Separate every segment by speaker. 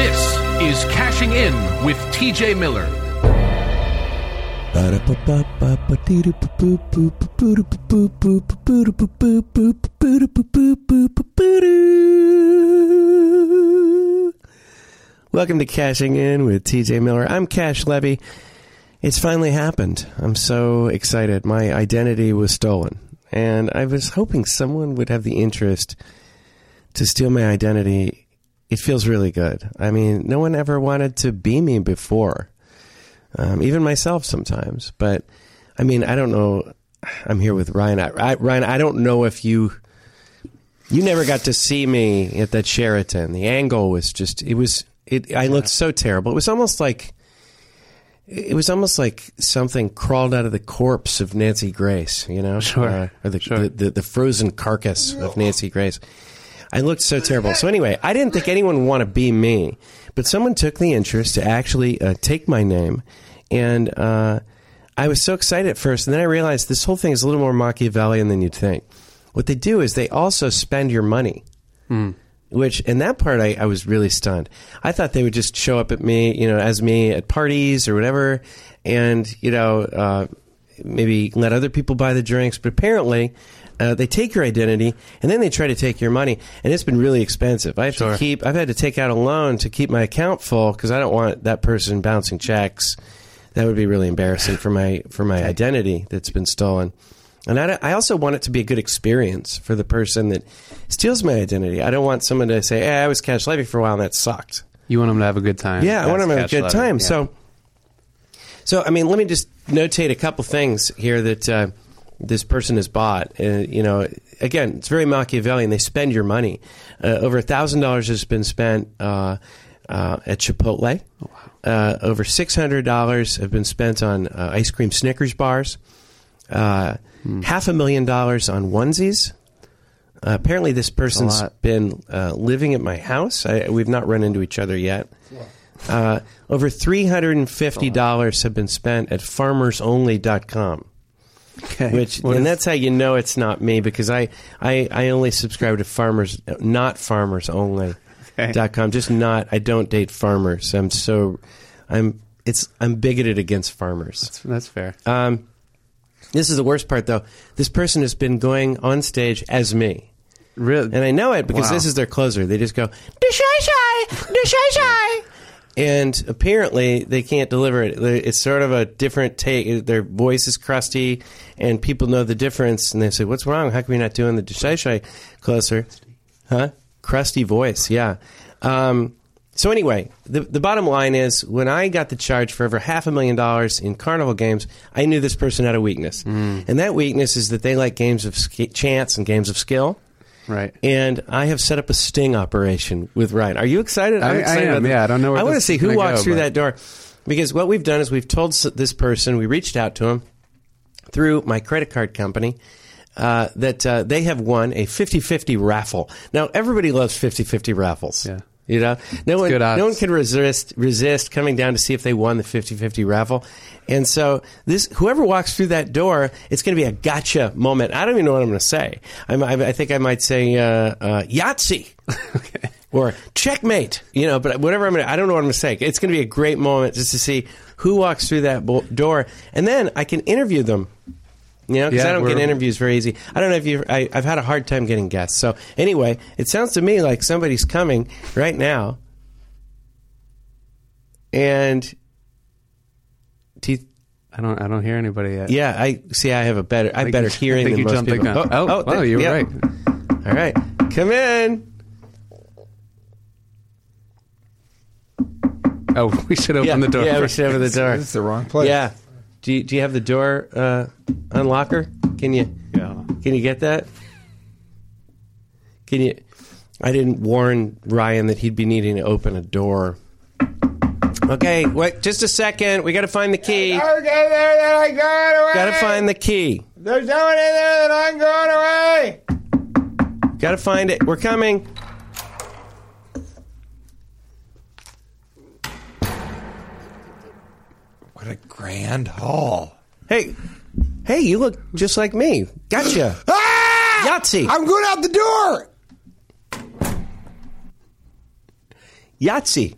Speaker 1: This is Cashing In with TJ Miller.
Speaker 2: Welcome to Cashing In with TJ Miller. I'm Cash Levy. It's finally happened. I'm so excited. My identity was stolen. And I was hoping someone would have the interest to steal my identity. It feels really good. I mean, no one ever wanted to be me before um, even myself sometimes. But I mean, I don't know. I'm here with Ryan. I, I, Ryan, I don't know if you you never got to see me at that Sheraton. The angle was just it was it. I looked so terrible. It was almost like it was almost like something crawled out of the corpse of Nancy Grace. You know, sure, or the, the, the the frozen carcass of Nancy Grace. I looked so terrible. So anyway, I didn't think anyone would want to be me, but someone took the interest to actually uh, take my name, and uh, I was so excited at first, and then I realized this whole thing is a little more Machiavellian than you'd think. What they do is they also spend your money. Which in that part I, I was really stunned. I thought they would just show up at me, you know, as me at parties or whatever, and you know, uh, maybe let other people buy the drinks. But apparently, uh, they take your identity and then they try to take your money, and it's been really expensive. I have to keep. I've had to take out a loan to keep my account full because I don't want that person bouncing checks. That would be really embarrassing for my for my identity that's been stolen. And I, I also want it to be a good experience for the person that steals my identity. I don't want someone to say, "Hey, I was cash levy for a while and that sucked."
Speaker 3: You want them to have a good time.
Speaker 2: Yeah, I want
Speaker 3: That's
Speaker 2: them to have a
Speaker 3: catch
Speaker 2: good
Speaker 3: letter.
Speaker 2: time.
Speaker 3: Yeah.
Speaker 2: So, so I mean, let me just notate a couple things here that uh, this person has bought. Uh, you know, again, it's very Machiavellian. They spend your money. Uh, over thousand dollars has been spent uh, uh, at Chipotle.
Speaker 3: Oh,
Speaker 2: Uh, over six hundred dollars have been spent on uh, ice cream Snickers bars. Uh,
Speaker 3: Hmm.
Speaker 2: Half a million dollars on onesies. Uh, apparently, this person's
Speaker 3: lot.
Speaker 2: been uh, living at my house. I, we've not run into each other yet. Uh, over $350 have been spent at farmersonly.com.
Speaker 3: Okay.
Speaker 2: Which
Speaker 3: What
Speaker 2: and
Speaker 3: is-
Speaker 2: that's how you know it's not me because I, I, I only subscribe to farmers not farmers only dot com just not I don't date farmers I'm so I'm it's I'm bigoted against farmers
Speaker 3: that's fair.
Speaker 2: um, this is the worst part, though. This person has been going on stage as me.
Speaker 3: Really?
Speaker 2: And I know it because
Speaker 3: Wow.
Speaker 2: this is their closer. They just go, "Dishai shai, dishai shai," and apparently they can't deliver it. They- It's sort of a different take. Their voice is crusty, and people know the difference. And they say, "What's wrong? How come you're not doing the dishai shai closer?" Huh? Crusty voice, yeah. Um, so anyway, the the bottom line is when I got the charge for over half a million dollars in carnival games, I knew this person had a weakness,
Speaker 3: Mm.
Speaker 2: and that weakness is that they like games of sk- chance and games of skill.
Speaker 3: Right.
Speaker 2: And I have set up a sting operation with Ryan. Are you excited?
Speaker 3: I- I
Speaker 2: excited
Speaker 3: am,
Speaker 2: about this.
Speaker 3: yeah, I don't know where
Speaker 2: I want to
Speaker 3: this
Speaker 2: see
Speaker 3: is
Speaker 2: who
Speaker 3: gonna
Speaker 2: walks
Speaker 3: go,
Speaker 2: through
Speaker 3: but-
Speaker 2: that door, because what we've done is we've told s- this person we reached out to him through my credit card company. Uh, that uh, they have won a 50-50 raffle. Now everybody loves 50-50 raffles.
Speaker 3: Yeah.
Speaker 2: You know, no one,
Speaker 3: good odds.
Speaker 2: no one can resist resist coming down to see if they won the 50-50 raffle. And so this, whoever walks through that door, it's going to be a gotcha moment. I don't even know what I'm going to say. I'm, I, I think I might say uh, uh, Yahtzee or checkmate. You know, but whatever I'm going to, I don't know what I'm going to say. It's going to be a great moment just to see who walks through that bo- door, and then I can interview them. You know, because
Speaker 3: Yeah,
Speaker 2: I don't
Speaker 3: we're-
Speaker 2: get interviews very easy. I don't know if you. I- I've had a hard time getting guests. So anyway, it sounds to me like somebody's coming right now, and teeth.
Speaker 3: I don't. I don't hear anybody yet.
Speaker 2: Yeah, I see. I have a better.
Speaker 3: I
Speaker 2: I, have
Speaker 3: think
Speaker 2: better
Speaker 3: you- I
Speaker 2: hearing
Speaker 3: think
Speaker 2: than
Speaker 3: you
Speaker 2: most
Speaker 3: jumped the
Speaker 2: people.
Speaker 3: gun. Oh, wow,
Speaker 2: th-
Speaker 3: you were
Speaker 2: yeah.
Speaker 3: right.
Speaker 2: All right, come in.
Speaker 3: Oh, we should open
Speaker 2: yeah,
Speaker 3: the door.
Speaker 2: Yeah, we
Speaker 3: first.
Speaker 2: should open the door.
Speaker 4: It's the wrong place.
Speaker 2: Yeah. Do you, do you have the door uh, unlocker? Can you
Speaker 4: Yeah.
Speaker 2: can you get that? Can you? I didn't warn Ryan that he'd be needing to open a door. Okay, wait just a second. We got to find the key.
Speaker 4: Okay, there that I got away.
Speaker 2: Got to find the key.
Speaker 4: There's no one in there that I'm going away.
Speaker 2: Got to find it. We're coming.
Speaker 4: What a grand hall.
Speaker 2: Hey, hey, you look just like me. Gotcha.
Speaker 4: Ah!
Speaker 2: Yahtzee.
Speaker 4: I'm going out the door.
Speaker 2: Yahtzee.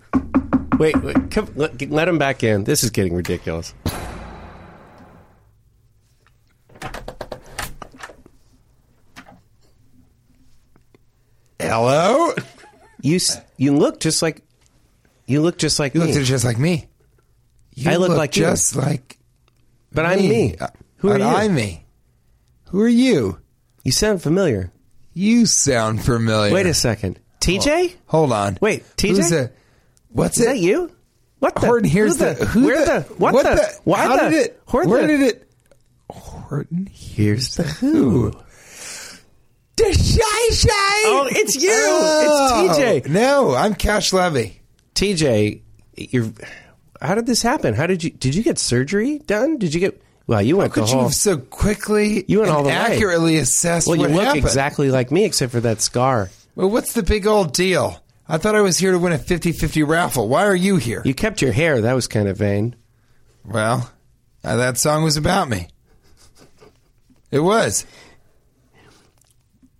Speaker 2: Wait, wait come, let, let him back in. This is getting ridiculous.
Speaker 4: Hello?
Speaker 2: You s- you look just like you look just like
Speaker 4: You
Speaker 2: me.
Speaker 4: looked just like me. You
Speaker 2: I look like you.
Speaker 4: just like
Speaker 2: but I'm me.
Speaker 4: Uh,
Speaker 2: Who are
Speaker 4: but
Speaker 2: you?
Speaker 4: I'm me. Who are you?
Speaker 2: you sound familiar.
Speaker 4: You sound familiar.
Speaker 2: Wait a
Speaker 4: Oh.
Speaker 2: second. TJ?
Speaker 4: Hold on.
Speaker 2: Wait, TJ?
Speaker 4: Who's the, what's
Speaker 2: Is
Speaker 4: it?
Speaker 2: that you? What the?
Speaker 4: Horton, here's
Speaker 2: who
Speaker 4: the, who
Speaker 2: where the, what, the, why
Speaker 4: how
Speaker 2: the,
Speaker 4: did it?
Speaker 2: where
Speaker 4: where
Speaker 2: the-
Speaker 4: did it? Horton, here's the who. The shy shy.
Speaker 2: Oh, it's you. It's TJ.
Speaker 4: Oh, No, I'm Cash Levy.
Speaker 2: TJ, you're, how did this happen? How did you, did you get surgery done? Did you get, well, you went the
Speaker 4: Could you
Speaker 2: whole,
Speaker 4: have so quickly
Speaker 2: You went
Speaker 4: and
Speaker 2: all the way.
Speaker 4: accurately assessed
Speaker 2: well, you
Speaker 4: what
Speaker 2: look
Speaker 4: happened?
Speaker 2: exactly like me except for that scar.
Speaker 4: Well, what's the big old deal? I thought I was here to win a 50-50 raffle. Why are you here?
Speaker 2: You kept your hair. That was kind of vain.
Speaker 4: Well, uh, that song was about me. It was.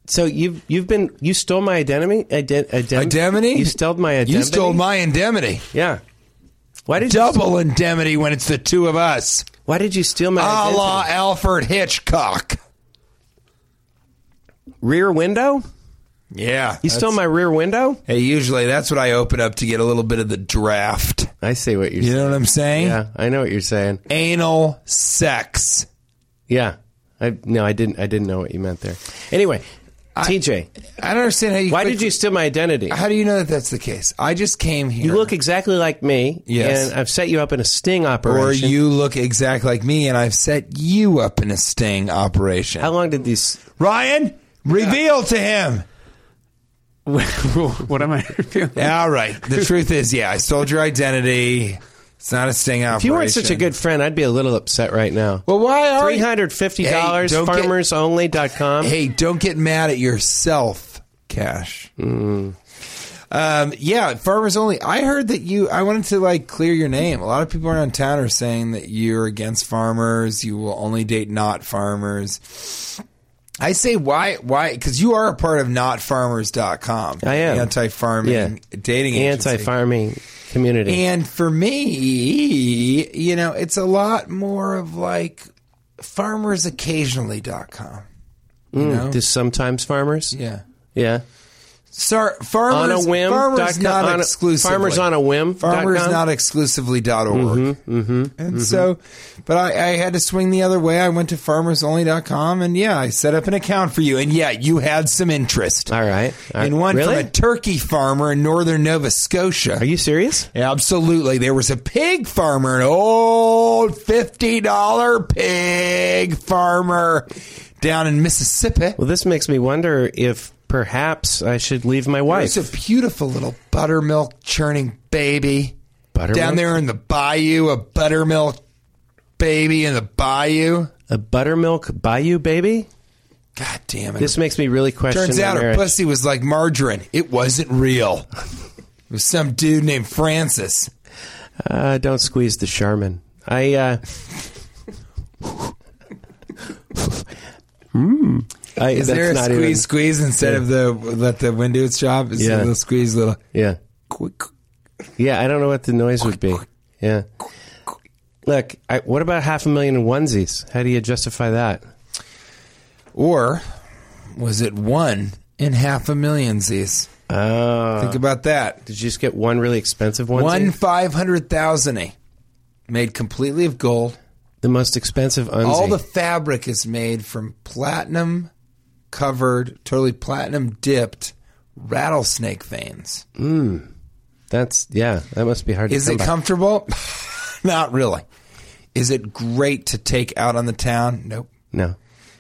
Speaker 2: So you've, you've been, you stole my identity? Ident, ident,
Speaker 4: Indemnity?
Speaker 2: You stole my identity?
Speaker 4: You stole my indemnity.
Speaker 2: Yeah. Why did you,
Speaker 4: Double indemnity when it's the two of us.
Speaker 2: why did you steal my
Speaker 4: A
Speaker 2: identity?
Speaker 4: la Alfred Hitchcock.
Speaker 2: rear window?
Speaker 4: Yeah.
Speaker 2: You stole my rear window?
Speaker 4: Hey, usually that's what I open up to get a little bit of the draft.
Speaker 2: I see what you're
Speaker 4: You
Speaker 2: saying.
Speaker 4: know what I'm saying?
Speaker 2: Yeah, I know what you're saying.
Speaker 4: Anal sex.
Speaker 2: Yeah. I no, I didn't I didn't know what you meant there. Anyway, TJ,
Speaker 4: I don't understand how you.
Speaker 2: why did you steal my identity?
Speaker 4: How do you know that that's the case? I just came here.
Speaker 2: You look exactly like me
Speaker 4: Yes.
Speaker 2: and I've set you up in a sting
Speaker 4: or
Speaker 2: operation.
Speaker 4: you look exactly like me, and I've set you up in a sting operation.
Speaker 2: How long did these
Speaker 4: Ryan, reveal to him.
Speaker 3: what am I reviewing?
Speaker 4: All right. The truth is, yeah, I stole your identity. It's not a sting operation.
Speaker 2: If you weren't such a good friend, I'd be a little upset right now.
Speaker 4: Well, why are you-
Speaker 2: $350
Speaker 4: Hey, don't get-
Speaker 2: farmersonly.com.
Speaker 4: Hey, don't get mad at yourself, Cash. Um, yeah, farmers only. I heard that you. I wanted to like clear your name. A lot of people around town are saying that you're against farmers. You will only date not farmers. I say why? Why? Because you are a part of notfarmers.com.
Speaker 2: I am.
Speaker 4: anti-farming
Speaker 2: Yeah.
Speaker 4: dating agency.
Speaker 2: Anti-farming community.
Speaker 4: And for me, you know, it's a lot more of like farmersoccasionally.com. You know?
Speaker 2: Hmm. Just sometimes farmers?
Speaker 4: yeah.
Speaker 2: Yeah.
Speaker 4: Sar- farmers,
Speaker 2: on a whim.
Speaker 4: farmers
Speaker 2: dot-
Speaker 4: not
Speaker 2: on a-
Speaker 4: exclusively.
Speaker 2: Farmers on a whim. dot
Speaker 4: Farmers
Speaker 2: com? Mm-hmm,
Speaker 4: not exclusively dot org. And so, but I, I had to swing the other way. I went to farmersonly.com and yeah, I set up an account for you. And yeah, you had some interest.
Speaker 2: All right. All right.
Speaker 4: And one
Speaker 2: really?
Speaker 4: from a turkey farmer in northern Nova Scotia.
Speaker 2: Are you serious?
Speaker 4: Absolutely. There was a pig farmer, an old $50 pig farmer down in Mississippi.
Speaker 2: Well, this makes me wonder if perhaps I should leave my wife.
Speaker 4: There's a beautiful little buttermilk churning baby
Speaker 2: Buttermilk?
Speaker 4: down there in the bayou, a buttermilk baby in the bayou.
Speaker 2: A buttermilk bayou baby?
Speaker 4: God damn it.
Speaker 2: This makes me really question
Speaker 4: Turns
Speaker 2: my
Speaker 4: out her
Speaker 2: marriage.
Speaker 4: pussy was like margarine. It wasn't real. It was some dude named Francis.
Speaker 2: Uh, don't squeeze the Charmin. I, uh. Mm. I,
Speaker 4: Is
Speaker 2: that's
Speaker 4: there a
Speaker 2: not
Speaker 4: squeeze
Speaker 2: even-
Speaker 4: squeeze instead
Speaker 2: Yeah.
Speaker 4: of the let the wind do its job? Is
Speaker 2: Yeah.
Speaker 4: yeah. little squeeze little
Speaker 2: Yeah.
Speaker 4: quick.
Speaker 2: Yeah, I don't know what the noise would be. Yeah. Look, I, what about half a million onesies? How do you justify that?
Speaker 4: Or was it one in half a million Z's?
Speaker 2: Oh.
Speaker 4: Think about that.
Speaker 2: Did you just get one really expensive onesie?
Speaker 4: One five hundred thousand made completely of gold.
Speaker 2: The most expensive onesie.
Speaker 4: All the fabric is made from platinum covered, totally platinum dipped rattlesnake veins.
Speaker 2: That's, yeah, that must be hard
Speaker 4: Is
Speaker 2: to come
Speaker 4: it
Speaker 2: by.
Speaker 4: comfortable? Not really. Is it great to take out on the town? Nope.
Speaker 2: No.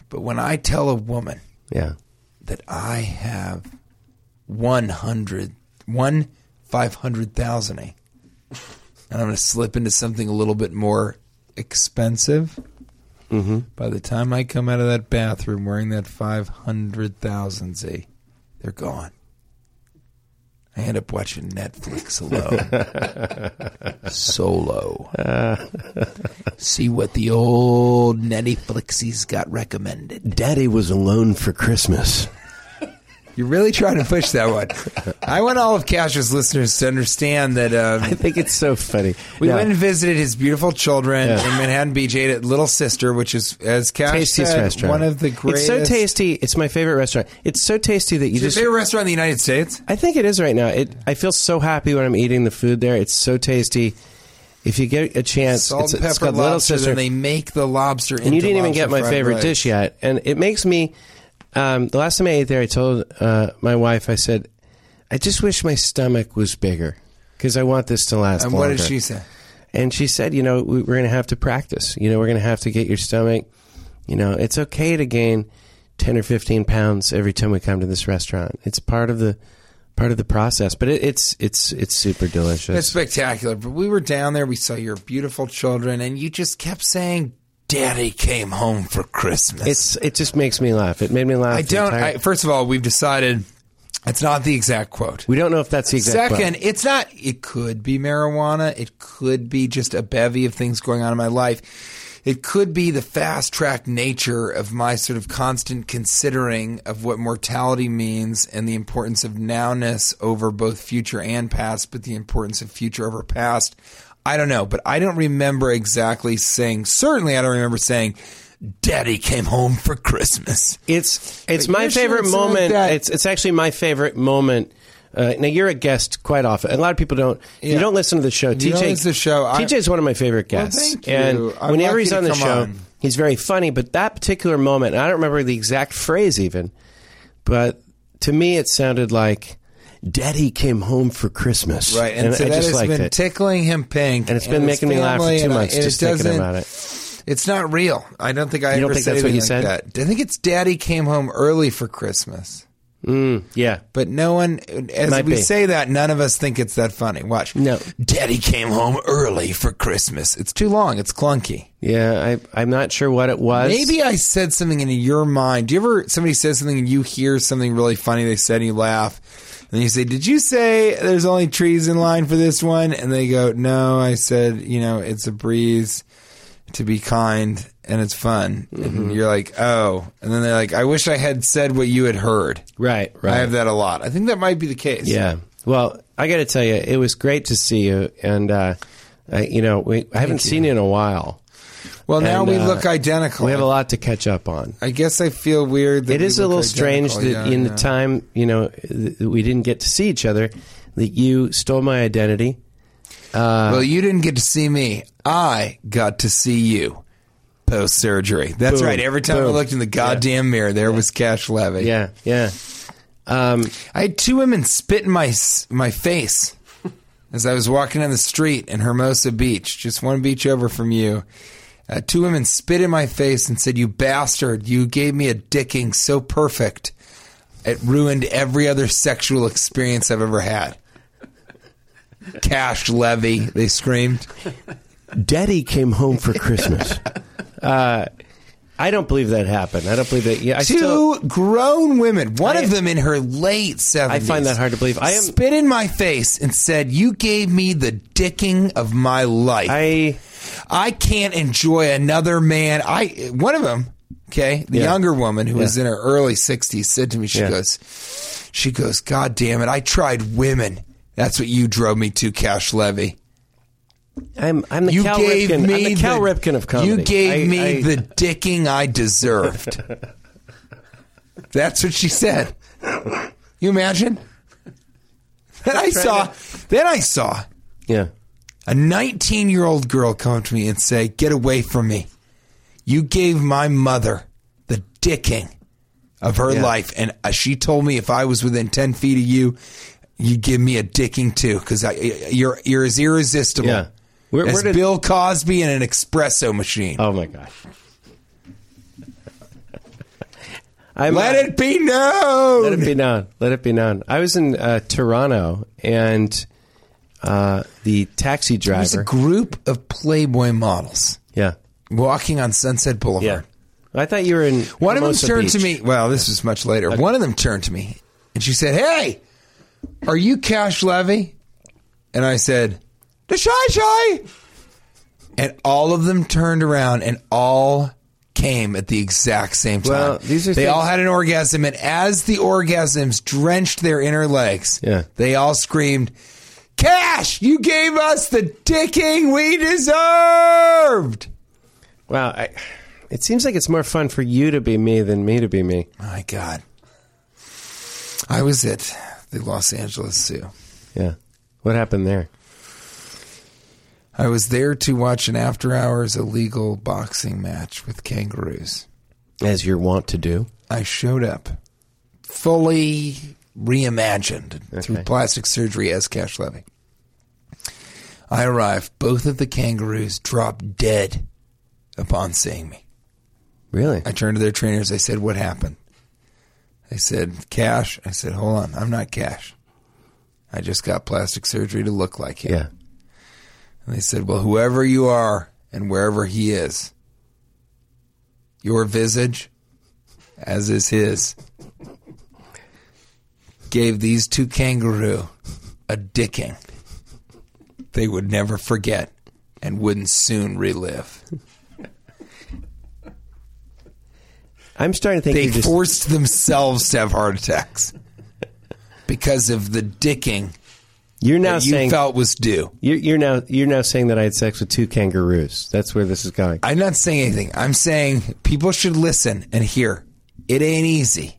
Speaker 4: But when I tell a woman
Speaker 2: Yeah.
Speaker 4: that I have 100, one 500,000 and I'm going to slip into something a little bit more expensive. By the time I come out of that bathroom wearing that 500,000 Z, they're gone. I end up watching Netflix alone. Solo. See what the old Netflixies got recommended.
Speaker 2: Daddy was alone for Christmas.
Speaker 4: You're really trying to push that one. I want all of Cash's listeners to understand that
Speaker 2: I
Speaker 4: um,
Speaker 2: think it's so funny.
Speaker 4: we
Speaker 2: Yeah.
Speaker 4: went and visited his beautiful children
Speaker 2: Yeah.
Speaker 4: in Manhattan Beach, ate at Little Sister, which is, as Cash
Speaker 2: Tastiest
Speaker 4: said,
Speaker 2: restaurant.
Speaker 4: one of the greatest.
Speaker 2: It's so tasty. It's my favorite restaurant. It's so tasty that you
Speaker 4: Is your
Speaker 2: just.
Speaker 4: favorite restaurant in the United States?
Speaker 2: I think it is right now. It. I feel so happy when I'm eating the food there. It's so tasty. If you get a chance,
Speaker 4: Salt
Speaker 2: it's,
Speaker 4: and
Speaker 2: it's
Speaker 4: pepper
Speaker 2: called Little
Speaker 4: lobster,
Speaker 2: Sister.
Speaker 4: and they make the lobster.
Speaker 2: and you didn't even get my favorite dish yet. And it makes me. Um, the last time I ate there, I told uh, my wife, I said, I just wish my stomach was bigger because I want this to last
Speaker 4: And
Speaker 2: longer.
Speaker 4: what did she say?
Speaker 2: And she said, you know, we- we're going to have to practice. You know, we're going to have to get your stomach. You know, it's okay to gain 10 or 15 pounds every time we come to this restaurant. It's part of the part of the process, but it, it's it's it's super
Speaker 4: That's
Speaker 2: delicious.
Speaker 4: spectacular. But we were down there. We saw your beautiful children, and you just kept saying, "Daddy came home for Christmas."
Speaker 2: It's it just makes me laugh. It made me laugh.
Speaker 4: I
Speaker 2: the
Speaker 4: don't.
Speaker 2: entire-
Speaker 4: I, first of all, we've decided it's not the exact quote.
Speaker 2: we don't know if that's the exact quote.
Speaker 4: Second, it's not. It could be marijuana. It could be just a bevy of things going on in my life. It could be the fast track nature of my sort of constant considering of what mortality means and the importance of nowness over both future and past, but the importance of future over past. I don't know, but I don't remember exactly saying. Certainly, I don't remember saying, "Daddy came home for Christmas."
Speaker 2: It's it's
Speaker 4: But
Speaker 2: my
Speaker 4: you're sure
Speaker 2: favorite
Speaker 4: it's not
Speaker 2: moment.
Speaker 4: that-
Speaker 2: it's it's actually my favorite moment. Uh, now you're a guest quite often. A lot of people don't. You
Speaker 4: Yeah.
Speaker 2: don't listen to the show.
Speaker 4: You don't
Speaker 2: TJ
Speaker 4: listen to the show. I-
Speaker 2: TJ is one of my favorite guests.
Speaker 4: thank you.
Speaker 2: And
Speaker 4: I'm
Speaker 2: whenever he's
Speaker 4: lucky
Speaker 2: on
Speaker 4: to
Speaker 2: the
Speaker 4: come
Speaker 2: show,
Speaker 4: on.
Speaker 2: he's very funny. But that particular moment, and I don't remember the exact phrase even, but to me it sounded like "Daddy came home for Christmas."
Speaker 4: Right, and, so
Speaker 2: I
Speaker 4: that
Speaker 2: just
Speaker 4: has
Speaker 2: liked
Speaker 4: been
Speaker 2: it.
Speaker 4: tickling him pink,
Speaker 2: and it's been
Speaker 4: his
Speaker 2: making me laugh for
Speaker 4: family,
Speaker 2: two
Speaker 4: and I-
Speaker 2: months
Speaker 4: and
Speaker 2: just thinking
Speaker 4: doesn't-
Speaker 2: about it.
Speaker 4: It's not real. I don't think I
Speaker 2: You don't
Speaker 4: ever
Speaker 2: think
Speaker 4: said
Speaker 2: that's what you
Speaker 4: anything like That. I think it's Daddy came home early for Christmas,
Speaker 2: Yeah.
Speaker 4: but no one. As
Speaker 2: Might
Speaker 4: we
Speaker 2: be.
Speaker 4: say that, none of us think it's that funny. Watch.
Speaker 2: No.
Speaker 4: Daddy came home early for Christmas. It's too long. It's clunky.
Speaker 2: Yeah, I, I'm not sure what it was.
Speaker 4: Maybe I said something in your mind. Do you ever somebody says something and you hear something really funny they said and you laugh? And then you say, Did you say there's only trees in line for this one? And they go, No, I said, you know, it's a breeze to be kind and it's fun.
Speaker 2: Mm-hmm.
Speaker 4: And you're like, Oh. And then they're like, I wish I had said what you had heard.
Speaker 2: right. Right.
Speaker 4: I have that a lot. I think that might be the case.
Speaker 2: Yeah. Well, I got to tell you, it was great to see you, and uh, I, you know, we, I haven't seen you in a while.
Speaker 4: Well, now
Speaker 2: And,
Speaker 4: we
Speaker 2: uh,
Speaker 4: look identical.
Speaker 2: We have a lot to catch up on.
Speaker 4: I guess I feel weird. That
Speaker 2: It
Speaker 4: we
Speaker 2: is a
Speaker 4: look
Speaker 2: little strange that
Speaker 4: identical. Oh, Yeah,
Speaker 2: in
Speaker 4: yeah.
Speaker 2: the time, you know, th- we didn't get to see each other. That you stole my identity.
Speaker 4: Well, you didn't get to see me. I got to see you post surgery. That's
Speaker 2: Boom.
Speaker 4: right. Every time I
Speaker 2: Boom.
Speaker 4: looked in the goddamn mirror, there was Cash Levy.
Speaker 2: Yeah. Yeah.
Speaker 4: I had two women spit in my s- my face as I was walking down the street in Hermosa Beach, just one beach over from you. Uh, two women spit in my face and said, "You bastard! You gave me a dicking so perfect, it ruined every other sexual experience I've ever had." Cash Levy, they screamed.
Speaker 2: Daddy came home for Christmas. uh, I don't believe that happened. I don't believe that. Yeah, I
Speaker 4: Two
Speaker 2: still.
Speaker 4: grown women, one of them in her late 70s.
Speaker 2: I find that hard to believe. I am.
Speaker 4: Spit in my face and said, You gave me the dicking of my life.
Speaker 2: I.
Speaker 4: I can't enjoy another man. I one of them, okay, the
Speaker 2: Yeah.
Speaker 4: younger woman who was
Speaker 2: Yeah.
Speaker 4: in her early 60s said to me, she
Speaker 2: Yeah.
Speaker 4: goes, she goes, God damn it, I tried women. That's what you drove me to, Cash Levy.
Speaker 2: I'm. I'm the
Speaker 4: you
Speaker 2: Cal
Speaker 4: gave
Speaker 2: Ripken.
Speaker 4: me
Speaker 2: I'm the Cal Ripken of comedy.
Speaker 4: You gave
Speaker 2: I-
Speaker 4: me
Speaker 2: I-
Speaker 4: the dicking I deserved. That's what she said. You imagine? Then I saw. Then I saw
Speaker 2: Yeah.
Speaker 4: a 19 year old girl come to me and say, Get away from me. You gave my mother the dicking of her
Speaker 2: Yeah.
Speaker 4: life. And uh, she told me if I was within 10 feet of you, you give me a dicking too, because you're, you're as irresistible
Speaker 2: Yeah. Where-
Speaker 4: as
Speaker 2: where did-
Speaker 4: Bill Cosby in an espresso machine.
Speaker 2: Oh my gosh. I'm
Speaker 4: Let
Speaker 2: not-
Speaker 4: it be known.
Speaker 2: Let it be known. Let it be known. I was in uh, Toronto and uh, the taxi
Speaker 4: It was
Speaker 2: driver.
Speaker 4: a group of Playboy models
Speaker 2: yeah.
Speaker 4: walking on Sunset Boulevard.
Speaker 2: Yeah. I thought you were in.
Speaker 4: One of them
Speaker 2: Hermosa
Speaker 4: turned to
Speaker 2: Beach.
Speaker 4: me. Well, this was much later. One of them turned to me and she said, "Hey, are you Cash Levy?" And I said, "The shy shy." And all of them turned around and all came at the exact same time.
Speaker 2: Well, these are
Speaker 4: they
Speaker 2: things-
Speaker 4: all had an orgasm, and as the orgasms drenched their inner legs,
Speaker 2: Yeah.
Speaker 4: they all screamed, "Cash, you gave us the dicking we deserved!"
Speaker 2: Wow. I, it seems like it's more fun for you to be me than me to be me.
Speaker 4: My God. I was at the Los Angeles Zoo.
Speaker 2: Yeah. What happened there?
Speaker 4: I was there to watch an after hours illegal boxing match with kangaroos.
Speaker 2: As you're wont to do.
Speaker 4: I showed up fully reimagined through
Speaker 2: Okay.
Speaker 4: plastic surgery as Cash Levy. I arrived. Both of the kangaroos dropped dead upon seeing me.
Speaker 2: Really?
Speaker 4: I turned to their trainers. I said, What happened? They said, Cash. I said, Hold on. I'm not Cash. I just got plastic surgery to look like him.
Speaker 2: yeah.
Speaker 4: And they said, Well, whoever you are and wherever he is, your visage, as is his, gave these two kangaroo a dicking they would never forget and wouldn't soon relive.
Speaker 2: I'm starting to think
Speaker 4: They
Speaker 2: you just.
Speaker 4: forced themselves to have heart attacks because of the dicking
Speaker 2: you're now
Speaker 4: that you
Speaker 2: saying.
Speaker 4: felt was due.
Speaker 2: you're, you're now you're now saying that I had sex with two kangaroos. That's where this is going.
Speaker 4: I'm not saying anything. I'm saying people should listen and hear. It ain't easy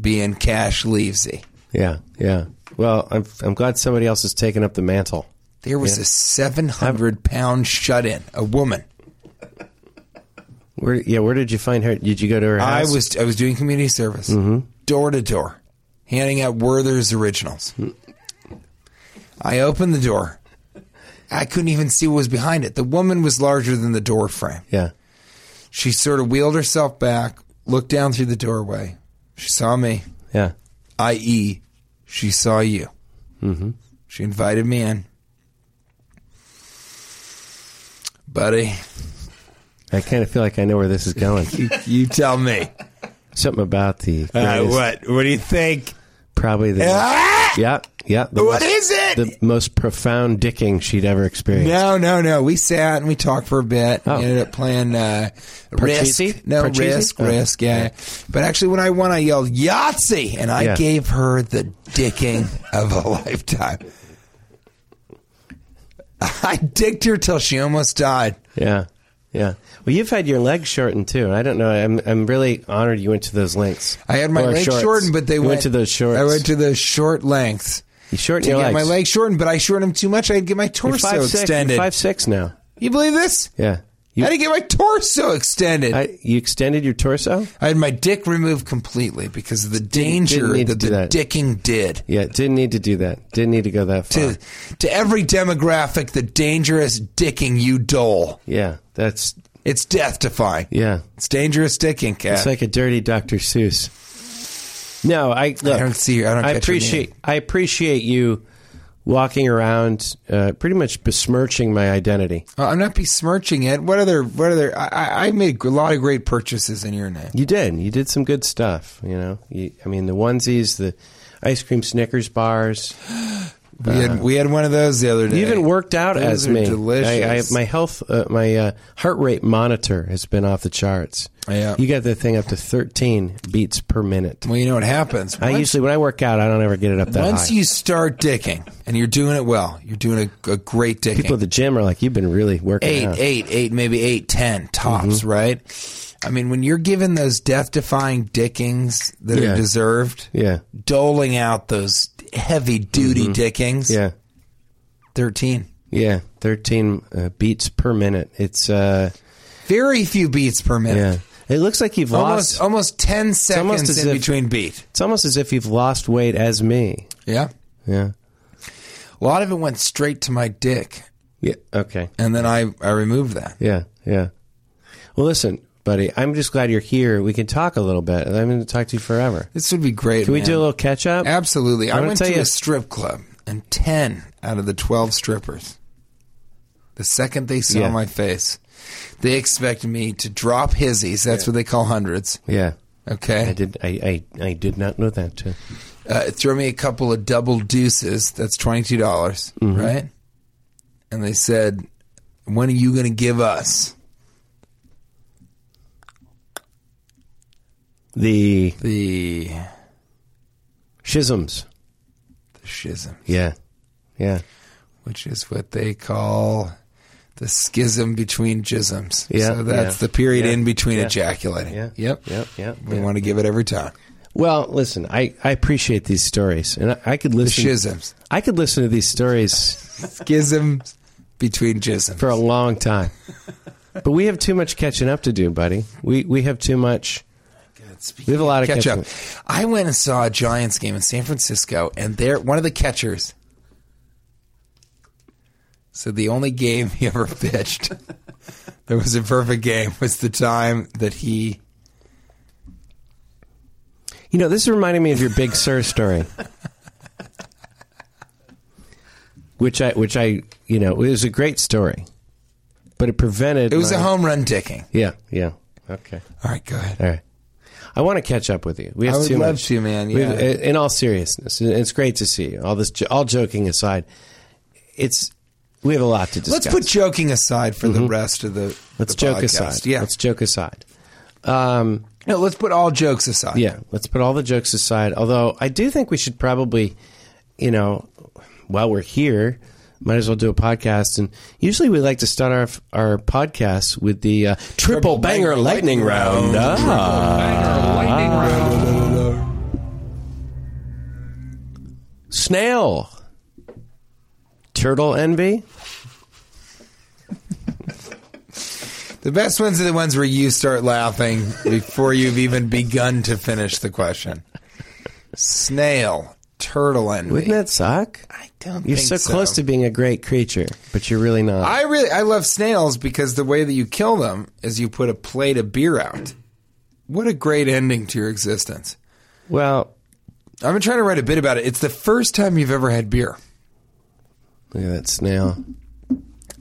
Speaker 4: being Cash Leavesy.
Speaker 2: Yeah, yeah. Well, I'm I'm glad somebody else has taken up the mantle.
Speaker 4: There was a 700 pound shut in, a woman.
Speaker 2: Where yeah, where did you find her? Did you go to her
Speaker 4: I
Speaker 2: house?
Speaker 4: was I was doing community service,
Speaker 2: Mm-hmm.
Speaker 4: door to door, handing out Werther's originals. I opened the door. I couldn't even see what was behind it. The woman was larger than the door frame.
Speaker 2: yeah.
Speaker 4: She sort of wheeled herself back, looked down through the doorway. She saw me.
Speaker 2: Yeah.
Speaker 4: i.e., she saw you. Mm-hmm. She invited me in. Buddy,
Speaker 2: I kind of feel like I know where this is going.
Speaker 4: you tell me.
Speaker 2: Something about the
Speaker 4: Uh,
Speaker 2: greatest-
Speaker 4: what? What do you think?
Speaker 2: probably the
Speaker 4: Ah!
Speaker 2: yeah yeah the
Speaker 4: What
Speaker 2: most,
Speaker 4: is it?
Speaker 2: the most profound dicking she'd ever experienced.
Speaker 4: No, no, no. We sat and we talked for a bit.
Speaker 2: Oh.
Speaker 4: We ended up playing uh,
Speaker 2: Parcheesi?
Speaker 4: Risk. No,
Speaker 2: Parcheesi?
Speaker 4: Risk,
Speaker 2: Oh.
Speaker 4: Risk, yeah. But actually, when I won, I yelled Yahtzee, and I
Speaker 2: Yeah.
Speaker 4: gave her the dicking of a lifetime. I dicked her till she almost died.
Speaker 2: Yeah. Yeah. Well, you've had your legs shortened too. I don't know. I'm I'm really honored you went to those lengths.
Speaker 4: I had my
Speaker 2: Or
Speaker 4: legs
Speaker 2: shorts.
Speaker 4: shortened, but they
Speaker 2: You
Speaker 4: went,
Speaker 2: to those shorts.
Speaker 4: I went to those short lengths.
Speaker 2: you
Speaker 4: To
Speaker 2: shortened
Speaker 4: get
Speaker 2: your legs.
Speaker 4: my legs shortened, but I shortened them too much. I'd get my
Speaker 2: You're
Speaker 4: torso
Speaker 2: five six-
Speaker 4: extended.
Speaker 2: you're five six now.
Speaker 4: You believe this?
Speaker 2: Yeah. You,
Speaker 4: I didn't get my torso extended. I,
Speaker 2: I, you extended your torso?
Speaker 4: had my dick removed completely because of the danger
Speaker 2: didn't need
Speaker 4: that
Speaker 2: to
Speaker 4: the
Speaker 2: do that.
Speaker 4: dicking did.
Speaker 2: Yeah, didn't need to do that. Didn't need to go that far.
Speaker 4: To, to every demographic, the dangerous dicking you dole.
Speaker 2: Yeah, that's
Speaker 4: It's death defying.
Speaker 2: yeah.
Speaker 4: It's dangerous dicking, cat.
Speaker 2: It's like a dirty Dr. Seuss. No, I look,
Speaker 4: don't see- I don't catch your
Speaker 2: appreciate
Speaker 4: meaning.
Speaker 2: I appreciate you walking around, uh, pretty much besmirching my identity.
Speaker 4: Uh, I'm not besmirching it. What other? What other? I- I, I made a lot of great purchases in your name.
Speaker 2: You did. You did some good stuff. You know. You, I mean, the onesies, the ice cream Snickers bars.
Speaker 4: We had we had one of those the other day.
Speaker 2: Uh, You even worked out
Speaker 4: Those
Speaker 2: as
Speaker 4: are
Speaker 2: me.
Speaker 4: Delicious.
Speaker 2: I, I, my health, uh, my uh, heart rate monitor has been off the charts.
Speaker 4: Yeah.
Speaker 2: You got the thing up to 13 beats per minute.
Speaker 4: well, you know what happens.
Speaker 2: I
Speaker 4: Once-
Speaker 2: usually when I work out, I don't ever get it up that
Speaker 4: once
Speaker 2: high.
Speaker 4: you start dicking and you're doing it well, you're doing a, a great dicking.
Speaker 2: People at the gym are like, "You've been really working
Speaker 4: eight,
Speaker 2: out."
Speaker 4: eight, eight, maybe eight, ten tops, right? I mean, when you're given those death-defying dickings that
Speaker 2: Yeah.
Speaker 4: are deserved,
Speaker 2: Yeah,
Speaker 4: doling out those heavy-duty dickings,
Speaker 2: yeah,
Speaker 4: thirteen.
Speaker 2: yeah. 13 uh, beats per minute. It's uh,
Speaker 4: Very few beats per
Speaker 2: yeah.
Speaker 4: minute.
Speaker 2: It looks like you've
Speaker 4: Almost,
Speaker 2: lost.
Speaker 4: almost ten seconds
Speaker 2: almost as
Speaker 4: in
Speaker 2: if-
Speaker 4: between beat.
Speaker 2: It's almost as if you've lost weight as me.
Speaker 4: Yeah,
Speaker 2: Yeah.
Speaker 4: a lot of it went straight to my dick,
Speaker 2: Yeah. Okay.
Speaker 4: and then I I removed that.
Speaker 2: Yeah, yeah. Well, listen, buddy, I'm just glad you're here. We can talk a little bit. I'm going to talk to you forever.
Speaker 4: This would be great.
Speaker 2: Can we
Speaker 4: man.
Speaker 2: do a little catch up?
Speaker 4: Absolutely.
Speaker 2: I'm
Speaker 4: I
Speaker 2: gonna
Speaker 4: went
Speaker 2: tell
Speaker 4: to
Speaker 2: you-
Speaker 4: a strip club, and 10 out of the 12 strippers, the second they saw
Speaker 2: Yeah.
Speaker 4: my face, they expected me to drop hizzies. That's what they call hundreds.
Speaker 2: Yeah. I
Speaker 4: Okay.
Speaker 2: did. I, I, I did not know that. Too.
Speaker 4: Uh, throw me a couple of double deuces. That's $22, dollars
Speaker 2: Mm-hmm.
Speaker 4: right? And they said, When are you going to give us
Speaker 2: The
Speaker 4: the,
Speaker 2: schisms.
Speaker 4: the schism?
Speaker 2: Yeah, yeah,
Speaker 4: which is what they call the schism between jisms.
Speaker 2: Yeah,
Speaker 4: So that's
Speaker 2: yeah,
Speaker 4: the period
Speaker 2: yeah,
Speaker 4: in between
Speaker 2: yeah,
Speaker 4: ejaculating.
Speaker 2: yeah,
Speaker 4: Yep.
Speaker 2: yep, yep,
Speaker 4: We
Speaker 2: yeah.
Speaker 4: want to give it every time.
Speaker 2: Well, listen, I, I appreciate these stories, and I, I could
Speaker 4: The
Speaker 2: listen.
Speaker 4: schisms.
Speaker 2: I could listen to these stories
Speaker 4: Schisms between jisms.
Speaker 2: for a long time, but we have too much catching up to do, buddy. We we have too much. We have a lot of
Speaker 4: catch
Speaker 2: catching
Speaker 4: up. I went and saw a Giants game in San Francisco, and there one of the catchers said the only game he ever pitched that was a perfect game was the time that he
Speaker 2: You know, this is reminding me of your Big Sir story, which I, which I, you know, it was a great story, but it prevented.
Speaker 4: it was
Speaker 2: my-
Speaker 4: a home run dicking.
Speaker 2: Yeah, yeah. Okay,
Speaker 4: All right, go ahead.
Speaker 2: all right. I want to catch up with you. We have
Speaker 4: I would
Speaker 2: too
Speaker 4: love
Speaker 2: much.
Speaker 4: to, man,
Speaker 2: We've-
Speaker 4: yeah.
Speaker 2: in all seriousness, and it's great to see you. All this, jo- all joking aside, it's we have a lot to discuss.
Speaker 4: Let's put joking aside for the rest of the.
Speaker 2: Mm-hmm. let's
Speaker 4: the
Speaker 2: joke
Speaker 4: podcast.
Speaker 2: aside.
Speaker 4: Yeah,
Speaker 2: let's joke aside. Um,
Speaker 4: no, let's put all jokes aside.
Speaker 2: Yeah, let's put all the jokes aside. Although I do think we should probably, you know, while we're here, might as well do a podcast. And usually we like to start our our podcasts with the uh, triple, banger, lightning, round. Ah. Snail, turtle envy.
Speaker 4: the best ones are the ones where you start laughing before you've even begun to finish the question. Snail, turtle, envy.
Speaker 2: Wouldn't that suck?
Speaker 4: I don't.
Speaker 2: You're
Speaker 4: think
Speaker 2: so close to being a great creature, but you're really not.
Speaker 4: I really, I love snails because the way that you kill them is you put a plate of beer out. What a great ending to your existence.
Speaker 2: well,
Speaker 4: I've been trying to write a bit about it. It's the first time you've ever had beer.
Speaker 2: look at that snail.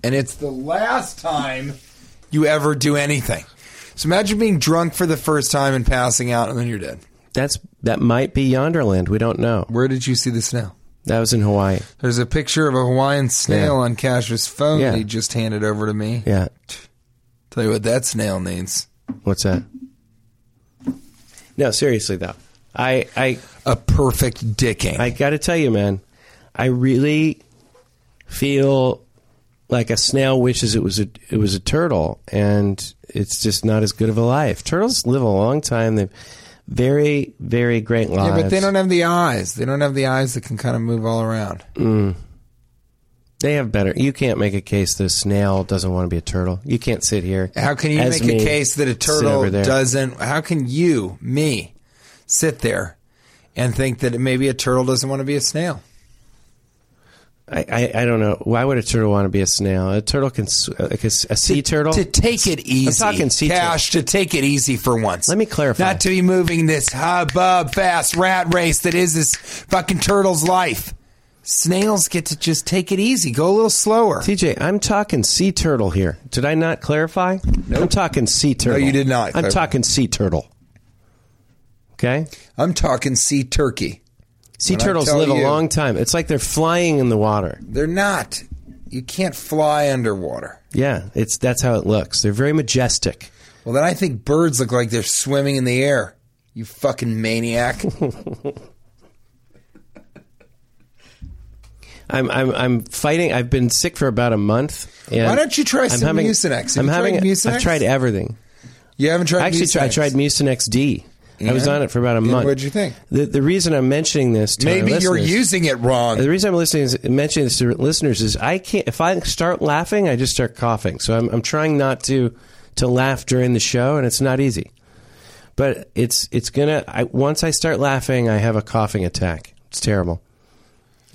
Speaker 4: and it's the last time you ever do anything. So imagine being drunk for the first time and passing out, and then you're dead.
Speaker 2: That's that might be Yonderland. We don't know.
Speaker 4: Where did you see the snail?
Speaker 2: That was in Hawaii.
Speaker 4: There's a picture of a Hawaiian snail
Speaker 2: Yeah.
Speaker 4: on Cash's phone
Speaker 2: Yeah.
Speaker 4: that he just handed over to me.
Speaker 2: Yeah.
Speaker 4: Tell you what that snail needs
Speaker 2: What's that? No, seriously though. I I
Speaker 4: a perfect dicking.
Speaker 2: I got to tell you, man. I really feel like a snail wishes it was a it was a turtle, and it's just not as good of a life. Turtles live a long time. They've very very great
Speaker 4: yeah,
Speaker 2: lives.
Speaker 4: but they don't have the eyes. They don't have the eyes that can kind of move all around.
Speaker 2: They have better. You can't make a case that a snail doesn't want to be a turtle. You can't sit here.
Speaker 4: How can you
Speaker 2: as
Speaker 4: make
Speaker 2: me,
Speaker 4: a case that a
Speaker 2: sit
Speaker 4: turtle
Speaker 2: over there.
Speaker 4: doesn't? How can you, me, sit there and think that maybe a turtle doesn't want to be a snail?
Speaker 2: I, I, I don't know. Why would a turtle want to be a snail? A turtle can, s- uh, like a, s- a sea turtle.
Speaker 4: to take it easy.
Speaker 2: talking sea
Speaker 4: cash to take it easy for once.
Speaker 2: Let me clarify.
Speaker 4: Not to be moving this hubbub fast rat race that is this fucking turtle's life. Snails get to just take it easy. Go a little slower.
Speaker 2: TJ, I'm talking sea turtle here. Did I not clarify? I'm talking sea turtle.
Speaker 4: you did not
Speaker 2: I'm
Speaker 4: clarify.
Speaker 2: talking sea turtle. Okay?
Speaker 4: I'm talking sea turkey.
Speaker 2: Sea
Speaker 4: When I
Speaker 2: turtles
Speaker 4: tell
Speaker 2: live a
Speaker 4: you-
Speaker 2: long time. It's like they're flying in the water.
Speaker 4: They're not. You can't fly underwater.
Speaker 2: Yeah, it's that's how it looks. They're very majestic.
Speaker 4: Well, then I think birds look like they're swimming in the air. You fucking maniac.
Speaker 2: I'm I'm I'm fighting. I've been sick for about a month. and
Speaker 4: Why don't you try
Speaker 2: I'm
Speaker 4: some
Speaker 2: having-
Speaker 4: Mucinex? Have
Speaker 2: I'm
Speaker 4: you
Speaker 2: having.
Speaker 4: tried Mucinex?
Speaker 2: I've tried everything.
Speaker 4: You haven't tried
Speaker 2: I actually tried, I
Speaker 4: Mucinex?
Speaker 2: tried Mucinex D. I was
Speaker 4: Yeah?
Speaker 2: on it for about a
Speaker 4: And
Speaker 2: month.
Speaker 4: what'd you think?
Speaker 2: The, the reason I'm mentioning this to our
Speaker 4: Maybe you're
Speaker 2: listeners-
Speaker 4: using it wrong.
Speaker 2: The reason I'm listening is, mentioning this to listeners is I can't. If I start laughing, I just start coughing. So I'm, I'm trying not to to laugh during the show, and it's not easy. But it's it's gonna. I, once I start laughing, I have a coughing attack. It's terrible.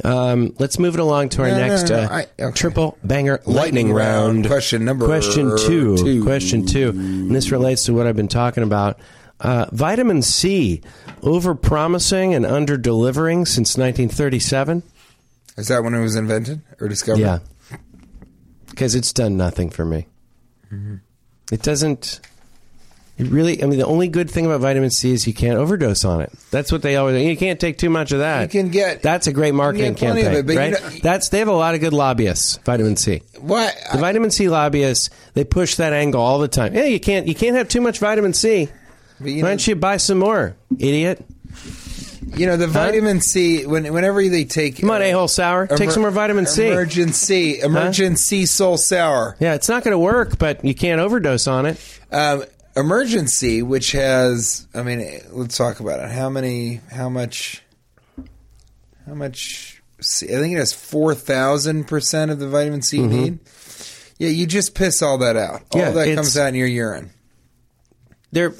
Speaker 2: Um, let's move it along to our
Speaker 4: No, no,
Speaker 2: next
Speaker 4: no, no.
Speaker 2: uh,
Speaker 4: I- okay.
Speaker 2: triple banger lightning,
Speaker 4: Lightning round.
Speaker 2: round.
Speaker 4: Question number
Speaker 2: question two.
Speaker 4: two.
Speaker 2: Question two. And this relates to what I've been talking about. Uh, vitamin C, over promising and under delivering since 1937.
Speaker 4: Is that when it was invented or discovered?
Speaker 2: Yeah. Because it's done nothing for me. It doesn't. It really. I mean, the only good thing about vitamin C is you can't overdose on it. That's what they always. You can't take too much of that.
Speaker 4: You can get-
Speaker 2: That's a great marketing
Speaker 4: plenty of
Speaker 2: campaign,
Speaker 4: it, but you
Speaker 2: right?
Speaker 4: know-
Speaker 2: That's they have a lot of good lobbyists. Vitamin C.
Speaker 4: What?
Speaker 2: The vitamin C lobbyists they push that angle all the time. Yeah, you can't. You can't have too much vitamin C.
Speaker 4: But you
Speaker 2: Why
Speaker 4: know,
Speaker 2: don't you buy some more, idiot?
Speaker 4: you know, the vitamin C, when, whenever they take. uh,
Speaker 2: Come on, a-hole sour. Take some more vitamin C.
Speaker 4: Emergency. Emergency soul sour.
Speaker 2: Yeah, it's not going to work, but you can't overdose on it.
Speaker 4: Um, emergency, which has, I mean, eh, let's talk about it. How many? How much? How much? C- I think it has four thousand percent of the vitamin C you need. Yeah, you just piss all that out. All
Speaker 2: Mm-hmm. Yeah,
Speaker 4: that
Speaker 2: it's-
Speaker 4: comes out in your urine.
Speaker 2: They're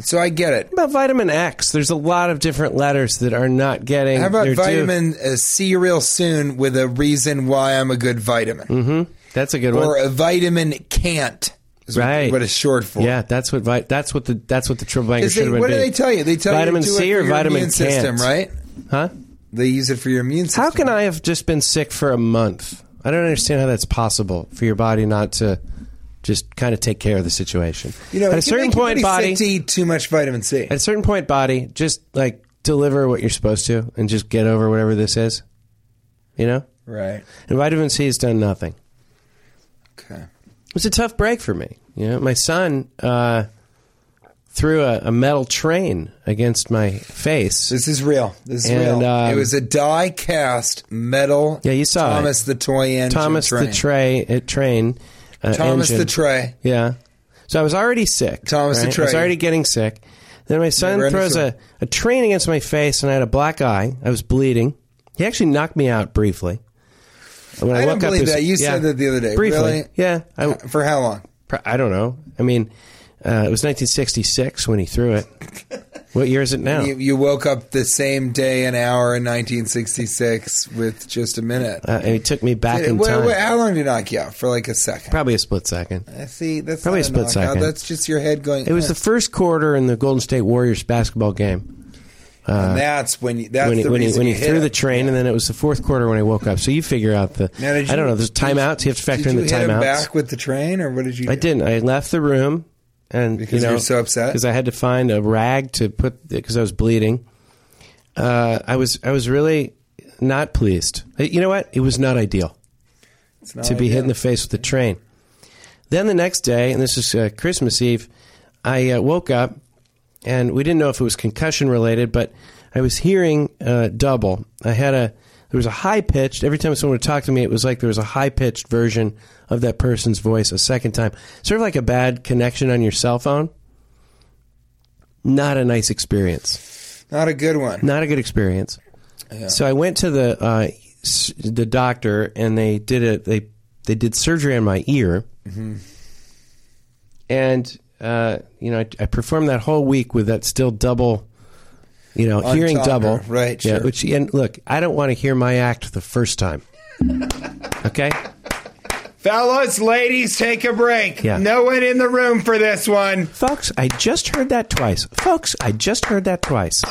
Speaker 4: So I get it.
Speaker 2: What about vitamin X? There's a lot of different letters that are not getting.
Speaker 4: How about
Speaker 2: their due.
Speaker 4: vitamin uh, C real soon with a reason why I'm a good vitamin
Speaker 2: Mm-hmm. That's a good
Speaker 4: or
Speaker 2: one.
Speaker 4: a vitamin can't? Is what-
Speaker 2: Right.
Speaker 4: What it's short for.
Speaker 2: Yeah, that's what vi- that's what the that's what the triple banger
Speaker 4: Is
Speaker 2: should
Speaker 4: they,
Speaker 2: have been.
Speaker 4: what do they
Speaker 2: being.
Speaker 4: tell you? They tell
Speaker 2: vitamin
Speaker 4: you to do
Speaker 2: C
Speaker 4: it for
Speaker 2: or
Speaker 4: your
Speaker 2: vitamin
Speaker 4: immune system,
Speaker 2: can't?
Speaker 4: right?
Speaker 2: Huh?
Speaker 4: They use it for your immune system.
Speaker 2: How can I have just been sick for a month? I don't understand how that's possible for your body not to just kind of take care of the situation.
Speaker 4: You know,
Speaker 2: at
Speaker 4: it
Speaker 2: a
Speaker 4: can
Speaker 2: certain
Speaker 4: make you
Speaker 2: point,
Speaker 4: pretty
Speaker 2: body.
Speaker 4: sick to eat too much vitamin C.
Speaker 2: At a certain point, body, just like deliver what you're supposed to, and just get over whatever this is. You know,
Speaker 4: Right.
Speaker 2: and vitamin C has done nothing.
Speaker 4: Okay.
Speaker 2: it was a tough break for me. You know, my son uh, threw a, a metal train against my face.
Speaker 4: This is real. This is
Speaker 2: And,
Speaker 4: real.
Speaker 2: um,
Speaker 4: it was a die cast metal.
Speaker 2: Yeah, you saw it.
Speaker 4: Thomas the toy engine.
Speaker 2: Thomas
Speaker 4: train.
Speaker 2: the tray uh, train. Uh,
Speaker 4: Thomas
Speaker 2: engine.
Speaker 4: the tray.
Speaker 2: Yeah. So I was already sick.
Speaker 4: Thomas the
Speaker 2: right? I was
Speaker 4: Train.
Speaker 2: already getting sick. Then my son
Speaker 4: Never understood.
Speaker 2: throws a, a train against my face, and I had a black eye. I was bleeding. He actually knocked me out briefly. When
Speaker 4: I don't
Speaker 2: woke up,
Speaker 4: believe
Speaker 2: it was-
Speaker 4: that. You said that the other day.
Speaker 2: Briefly.
Speaker 4: Really?
Speaker 2: Yeah. I,
Speaker 4: For how long?
Speaker 2: Pro- I don't know. I mean, uh, it was 1966 when he threw it. what year is it now?
Speaker 4: You, you woke up the same day and hour in 1966 with just a minute.
Speaker 2: Uh, and he took me back in
Speaker 4: Wait,
Speaker 2: time.
Speaker 4: wait, how long did it knock you out? For like a second.
Speaker 2: Probably a split second.
Speaker 4: I See, that's
Speaker 2: Probably
Speaker 4: not
Speaker 2: a split
Speaker 4: knockout.
Speaker 2: second.
Speaker 4: That's just your head going.
Speaker 2: It was
Speaker 4: "Eh."
Speaker 2: the first quarter in the Golden State Warriors basketball game
Speaker 4: And that's when you. That's
Speaker 2: when he,
Speaker 4: the
Speaker 2: when he,
Speaker 4: reason
Speaker 2: when he
Speaker 4: you hit
Speaker 2: threw
Speaker 4: him.
Speaker 2: the train, and then it was the fourth quarter when I woke up. So you figure out the
Speaker 4: Now, did
Speaker 2: I don't
Speaker 4: you-
Speaker 2: know. There's
Speaker 4: did you-
Speaker 2: timeouts. You have to factor
Speaker 4: Did
Speaker 2: in the
Speaker 4: you hit him
Speaker 2: timeouts.
Speaker 4: back with the train, or what did you?
Speaker 2: I
Speaker 4: do?
Speaker 2: didn't. I left the room, and
Speaker 4: Because
Speaker 2: you know,
Speaker 4: you were so upset?
Speaker 2: because I had to find a rag to put because I was bleeding. Uh, I was I was really not pleased. Uh, You know what? It was not ideal
Speaker 4: It's not
Speaker 2: to be
Speaker 4: ideal.
Speaker 2: hit in the face with a train. Then the next day, and this is uh, Christmas Eve, I uh, woke up and we didn't know if it was concussion related, but I was hearing uh, double. I had a there was a high pitched. Every time someone would talk to me, it was like there was a high pitched version of that person's voice a second time, sort of like a bad connection on your cell phone. Not a nice experience
Speaker 4: Not a good one.
Speaker 2: not a good experience. So I went to the uh, s- the doctor, and they did a they they did surgery on my ear,
Speaker 4: Mm-hmm.
Speaker 2: and uh, you know I, I performed that whole week with that still double, you know,
Speaker 4: On
Speaker 2: hearing
Speaker 4: top,
Speaker 2: double,
Speaker 4: right,
Speaker 2: Yeah,
Speaker 4: sure.
Speaker 2: which and look, I don't want to hear my act the first time. Okay,
Speaker 4: Fellas, ladies, take a break.
Speaker 2: Yeah.
Speaker 4: No one in the room for this one.
Speaker 2: folks, I just heard that twice. Folks, I just heard that twice.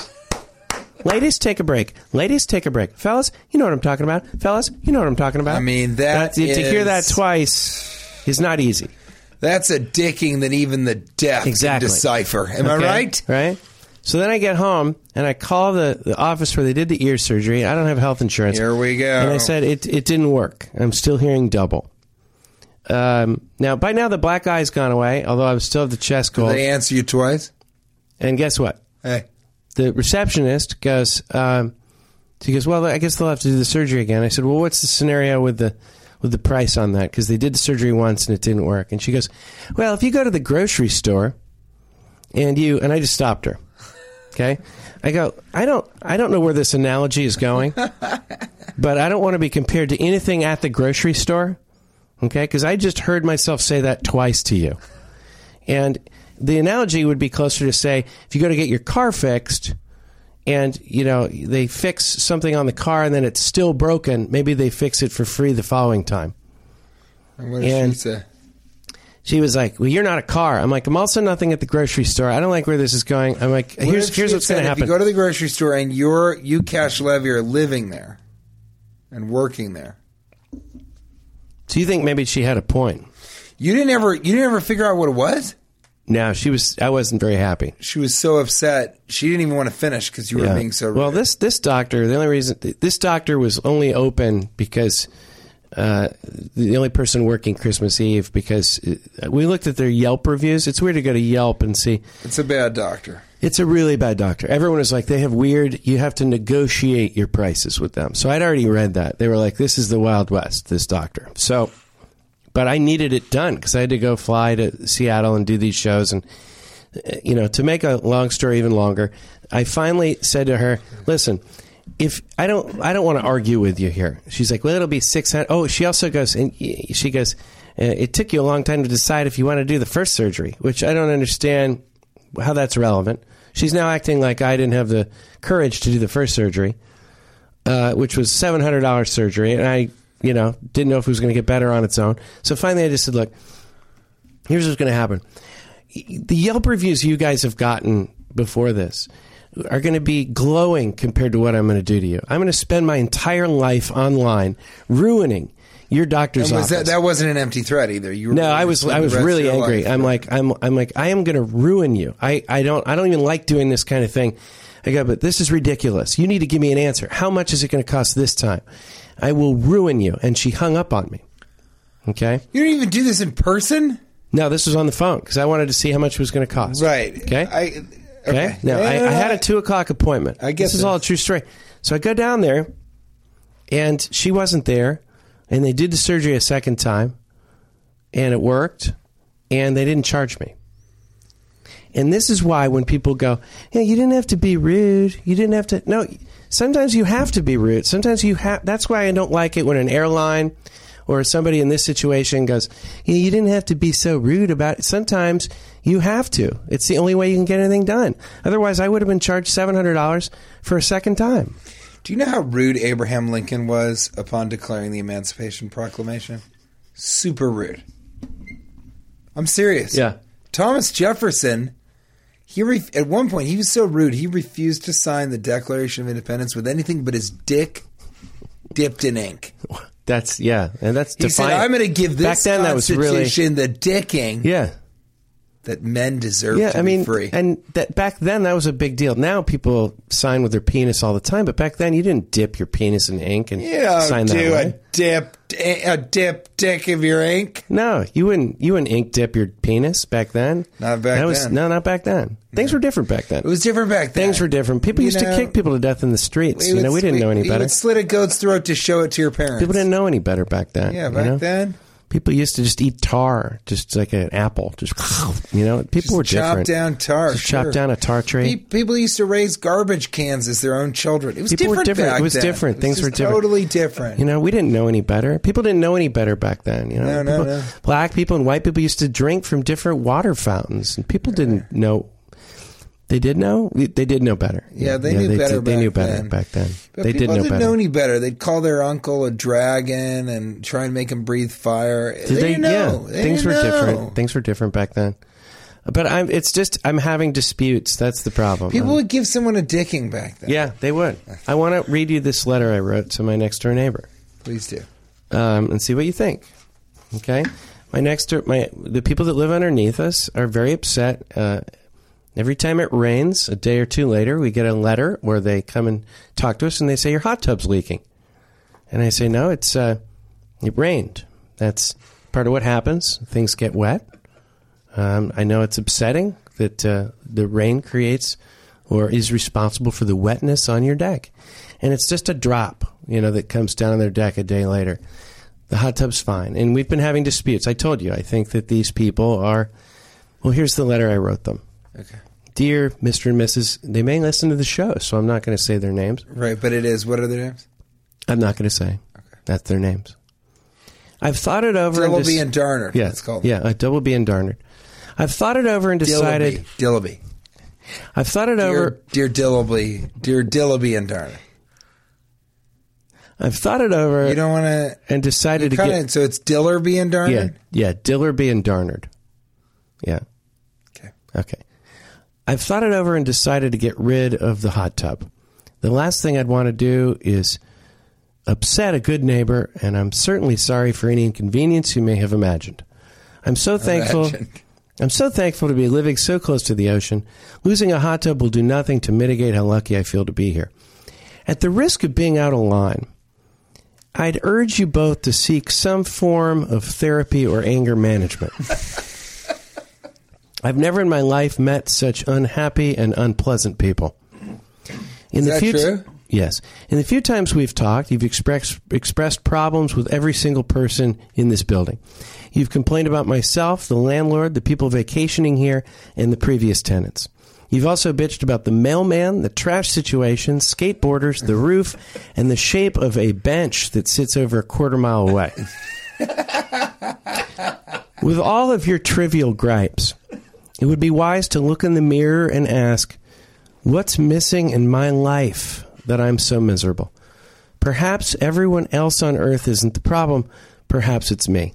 Speaker 2: Ladies, take a break. Ladies, take a break. Fellas, you know what I'm talking about. Fellas, you know what I'm talking about.
Speaker 4: I mean, that
Speaker 2: to- to hear that
Speaker 4: is-
Speaker 2: twice is not easy.
Speaker 4: That's a dicking that even the deaf
Speaker 2: Exactly.
Speaker 4: can decipher. Am
Speaker 2: Okay?
Speaker 4: I right?
Speaker 2: Right. So then I get home and I call the, the office where they did the ear surgery. I don't have health insurance.
Speaker 4: Here we go.
Speaker 2: And I said it it didn't work. I'm still hearing double. Um, now by now the black eye's gone away, although I still have the chest cold.
Speaker 4: They answer you twice.
Speaker 2: and guess what?
Speaker 4: Hey,
Speaker 2: the receptionist goes, um, she goes, well, I guess they'll have to do the surgery again. I said, well, what's the scenario with the with the price on that? Because they did the surgery once and it didn't work. And she goes, well, if you go to the grocery store and you and I just stopped her. Okay, I go, I don't, I don't know where this analogy is going, but I don't want to be compared to anything at the grocery store. Okay, because I just heard myself say that twice to you. And the analogy would be closer to say, if you go to get your car fixed and, you know, they fix something on the car and then it's still broken, maybe they fix it for free the following time.
Speaker 4: what did
Speaker 2: And-
Speaker 4: she say?
Speaker 2: She was like, "Well, you're not a car." I'm like, "I'm also nothing at the grocery store. I don't like where this is going." I'm like,
Speaker 4: What
Speaker 2: "Here's
Speaker 4: if
Speaker 2: here's
Speaker 4: she
Speaker 2: what's going
Speaker 4: said,
Speaker 2: to happen."
Speaker 4: If you go to the grocery store and you're you cash levy are living there and working there.
Speaker 2: Do you think maybe she had a point?
Speaker 4: You didn't ever you didn't ever figure out what it was.
Speaker 2: No, she was. I wasn't very happy.
Speaker 4: She was so upset. She didn't even want to finish because you were
Speaker 2: Yeah.
Speaker 4: being so
Speaker 2: well.
Speaker 4: rude.
Speaker 2: This this doctor, the only reason this doctor was only open because uh, the only person working Christmas Eve because uh, we looked at their Yelp reviews. It's weird to go to Yelp and see.
Speaker 4: it's a bad doctor.
Speaker 2: It's a really bad doctor. Everyone is like, they have weird. You have to negotiate your prices with them. So I'd already read that. They were like, this is the Wild West. This doctor. So, but I needed it done because I had to go fly to Seattle and do these shows and you know, to make a long story even longer, I finally said to her, "Listen, if I don't, I don't want to argue with you here." She's like, "Well, it'll be 600. Oh, she also goes, and y- she goes, uh, "It took you a long time to decide if you want to do the first surgery," which I don't understand how that's relevant. She's now acting like I didn't have the courage to do the first surgery, uh, which was seven hundred dollars surgery, and I, you know, didn't know if it was going to get better on its own. So finally, I just said, "Look, here's what's going to happen." the Yelp reviews you guys have gotten before this are going to be glowing compared to what I'm going to do to you. I'm going to spend my entire life online ruining your doctor's
Speaker 4: And was
Speaker 2: office.
Speaker 4: that, that wasn't an empty threat either. You were
Speaker 2: no, I was I was
Speaker 4: the rest
Speaker 2: really
Speaker 4: of your
Speaker 2: angry.
Speaker 4: life.
Speaker 2: I'm like I'm I'm like I am going to ruin you. I I don't I don't even like doing this kind of thing. I go, but this is ridiculous. You need to give me an answer. How much is it going to cost this time? I will ruin you. And she hung up on me. Okay.
Speaker 4: you didn't even do this in person,
Speaker 2: No, this was on the phone because I wanted to see how much it was going to cost.
Speaker 4: right?
Speaker 2: Okay.
Speaker 4: I,
Speaker 2: Okay. Now, I, I had a two o'clock appointment.
Speaker 4: I get
Speaker 2: this is
Speaker 4: this.
Speaker 2: all a true story. So I go down there, and she wasn't there, and they did the surgery a second time, and it worked, and they didn't charge me. And this is why when people go, "Yeah, you didn't have to be rude. You didn't have to." No, sometimes you have to be rude. Sometimes you have. That's why I don't like it when an airline or somebody in this situation goes, "Yeah, you didn't have to be so rude about." It. Sometimes you have to. It's the only way you can get anything done. Otherwise, I would have been charged seven hundred dollars for a second time.
Speaker 4: Do you know how rude Abraham Lincoln was upon declaring the Emancipation Proclamation? Super rude. I'm serious.
Speaker 2: Yeah.
Speaker 4: Thomas Jefferson, he ref at one point he was so rude he refused to sign the Declaration of Independence with anything but his dick dipped in ink.
Speaker 2: That's yeah, and that's
Speaker 4: He said, "I'm going to give this
Speaker 2: Back then, that was really
Speaker 4: Constitution the dicking
Speaker 2: yeah.
Speaker 4: that men deserve
Speaker 2: Yeah,
Speaker 4: to
Speaker 2: I
Speaker 4: be
Speaker 2: mean,
Speaker 4: free."
Speaker 2: and that back then that was a big deal. Now people sign with their penis all the time, but back then you didn't dip your penis in ink and
Speaker 4: you don't
Speaker 2: sign that
Speaker 4: do
Speaker 2: way.
Speaker 4: a dip a dip dick of your ink.
Speaker 2: No, you wouldn't. You wouldn't ink dip your penis back then.
Speaker 4: Not back
Speaker 2: that was,
Speaker 4: then.
Speaker 2: No, not back then. Things were different back then.
Speaker 4: It was different back then.
Speaker 2: Things were different. People
Speaker 4: You
Speaker 2: used
Speaker 4: know,
Speaker 2: to kick people to death in the streets.
Speaker 4: we
Speaker 2: You
Speaker 4: would-
Speaker 2: know, we didn't know any
Speaker 4: you
Speaker 2: better.
Speaker 4: would slit a goat's throat to show it to your parents.
Speaker 2: People didn't know any better back then.
Speaker 4: Yeah,
Speaker 2: you
Speaker 4: back
Speaker 2: know?
Speaker 4: then.
Speaker 2: People used to just eat tar, just like an apple. Just you know, people were
Speaker 4: chop
Speaker 2: different.
Speaker 4: down tar.
Speaker 2: Just chop
Speaker 4: sure.
Speaker 2: down a tar tree.
Speaker 4: Pe- People used to raise garbage cans as their own children. It was
Speaker 2: People were
Speaker 4: different.
Speaker 2: different.
Speaker 4: back
Speaker 2: It was
Speaker 4: then.
Speaker 2: different. Things
Speaker 4: just
Speaker 2: were different.
Speaker 4: Totally different.
Speaker 2: You know, we didn't know any better. People didn't know any better back then. You know,
Speaker 4: No, no,
Speaker 2: People-
Speaker 4: no.
Speaker 2: black people and white people used to drink from different water fountains, and people didn't know. They did know. They did know better.
Speaker 4: Yeah, they knew better
Speaker 2: did- They
Speaker 4: back
Speaker 2: knew better
Speaker 4: then.
Speaker 2: back then.
Speaker 4: But
Speaker 2: they did
Speaker 4: people
Speaker 2: know
Speaker 4: didn't
Speaker 2: better.
Speaker 4: know any better. They'd call their uncle a dragon and try and make him breathe fire.
Speaker 2: Did
Speaker 4: didn't know.
Speaker 2: Yeah,
Speaker 4: They
Speaker 2: things
Speaker 4: didn't
Speaker 2: were
Speaker 4: know.
Speaker 2: different. Things were different back then. But I'm. It's just I'm having disputes. That's the problem.
Speaker 4: People
Speaker 2: Um,
Speaker 4: would give someone a dicking back then.
Speaker 2: yeah, they would. I want to read you this letter I wrote to my next door neighbor
Speaker 4: Please do.
Speaker 2: um, and see what you think. Okay, my next door, my the people that live underneath us are very upset. Uh, every time it rains, a day or two later, we get a letter where they come and talk to us, and they say your hot tub's leaking, and I say no, it's uh, it rained. That's part of what happens. Things get wet. Um, I know it's upsetting that uh, the rain creates or is responsible for the wetness on your deck. And it's just a drop, you know, that comes down on their deck a day later. The hot tub's fine. And we've been having disputes. I told you, I think that these people are. Well, here's the letter I wrote them. Okay. Dear Mr. and Mrs., they may listen to the show, so I'm not going to say their names.
Speaker 4: Right, but it is. What are their names?
Speaker 2: I'm not going to say. That's their names. I've thought it over.
Speaker 4: Double
Speaker 2: and
Speaker 4: B
Speaker 2: dis-
Speaker 4: and Darner.
Speaker 2: Yeah,
Speaker 4: It's called
Speaker 2: yeah, a double B and Darnard. I've thought it over and decided.
Speaker 4: Dillaby. Dillaby.
Speaker 2: I've thought it
Speaker 4: Dear,
Speaker 2: over.
Speaker 4: dear Dillaby. Dear Dillaby and Darner.
Speaker 2: I've thought it over
Speaker 4: You don't want to.
Speaker 2: and decided to
Speaker 4: Kind
Speaker 2: get
Speaker 4: of. So it's Dillerby and Darner.
Speaker 2: yeah, yeah, Dillerby and Darnard. Yeah.
Speaker 4: Okay.
Speaker 2: Okay. I've thought it over and decided to get rid of the hot tub. The last thing I'd want to do is upset a good neighbor, and I'm certainly sorry for any inconvenience you may have imagined. I'm so thankful.
Speaker 4: Imagine.
Speaker 2: I'm so thankful to be living so close to the ocean. Losing a hot tub will do nothing to mitigate how lucky I feel to be here. At the risk of being out of line, I'd urge you both to seek some form of therapy or anger management. I've never in my life met such unhappy and unpleasant people. In
Speaker 4: that
Speaker 2: few
Speaker 4: true?
Speaker 2: yes. In the few times we've talked, you've expressed expressed problems with every single person in this building. You've complained about myself, the landlord, the people vacationing here, and the previous tenants. You've also bitched about the mailman, the trash situation, skateboarders, the roof, and the shape of a bench that sits over a quarter mile away. With all of your trivial gripes, it would be wise to look in the mirror and ask, What's missing in my life that I'm so miserable? Perhaps everyone else on earth isn't the problem. Perhaps it's me.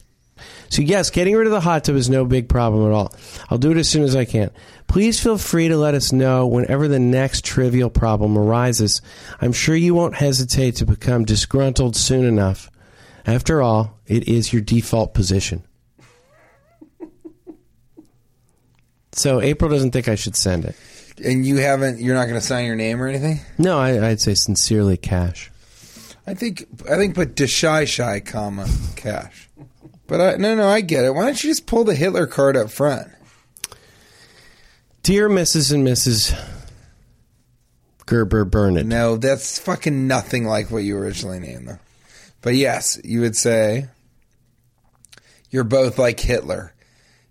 Speaker 2: So, yes, getting rid of the hot tub is no big problem at all. I'll do it as soon as I can. Please feel free to let us know whenever the next trivial problem arises. I'm sure you won't hesitate to become disgruntled soon enough. After all, it is your default position. So, April doesn't think I should send it.
Speaker 4: And you haven't. You're not going to sign your name or anything.
Speaker 2: No, I, I'd say sincerely cash.
Speaker 4: I think. I think. Put Deshai Shai, comma Cash. But I, no, no. I get it. Why don't you just pull the Hitler card up front?
Speaker 2: Dear Mrs. and Mrs. Gerber Bernard.
Speaker 4: No, that's fucking nothing like what you originally named them. But yes, you would say you're both like Hitler.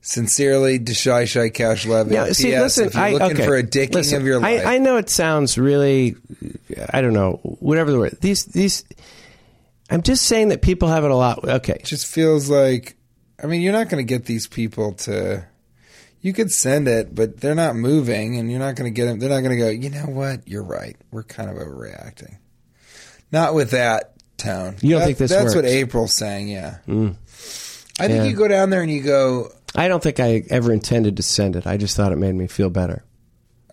Speaker 4: Sincerely, Deshai Shai Cash Levy.
Speaker 2: Yeah, see,
Speaker 4: P.S.
Speaker 2: listen,
Speaker 4: if you're
Speaker 2: I,
Speaker 4: looking
Speaker 2: okay,
Speaker 4: for a dicking
Speaker 2: listen,
Speaker 4: of your life,
Speaker 2: I, I know it sounds really, I don't know, whatever the word. These, these, I'm just saying that people have it a lot. Okay.
Speaker 4: it just feels like. I mean, you're not going to get these people to. You could send it, but they're not moving, and you're not going to get them. They're not going to go. You know what? You're right. We're kind of overreacting. Not with that tone.
Speaker 2: You don't
Speaker 4: That-
Speaker 2: think this
Speaker 4: That's what
Speaker 2: works? Mm.
Speaker 4: April's saying. Yeah. I think
Speaker 2: Yeah.
Speaker 4: you go down there and you go.
Speaker 2: I don't think I ever intended to send it. I just thought it made me feel better.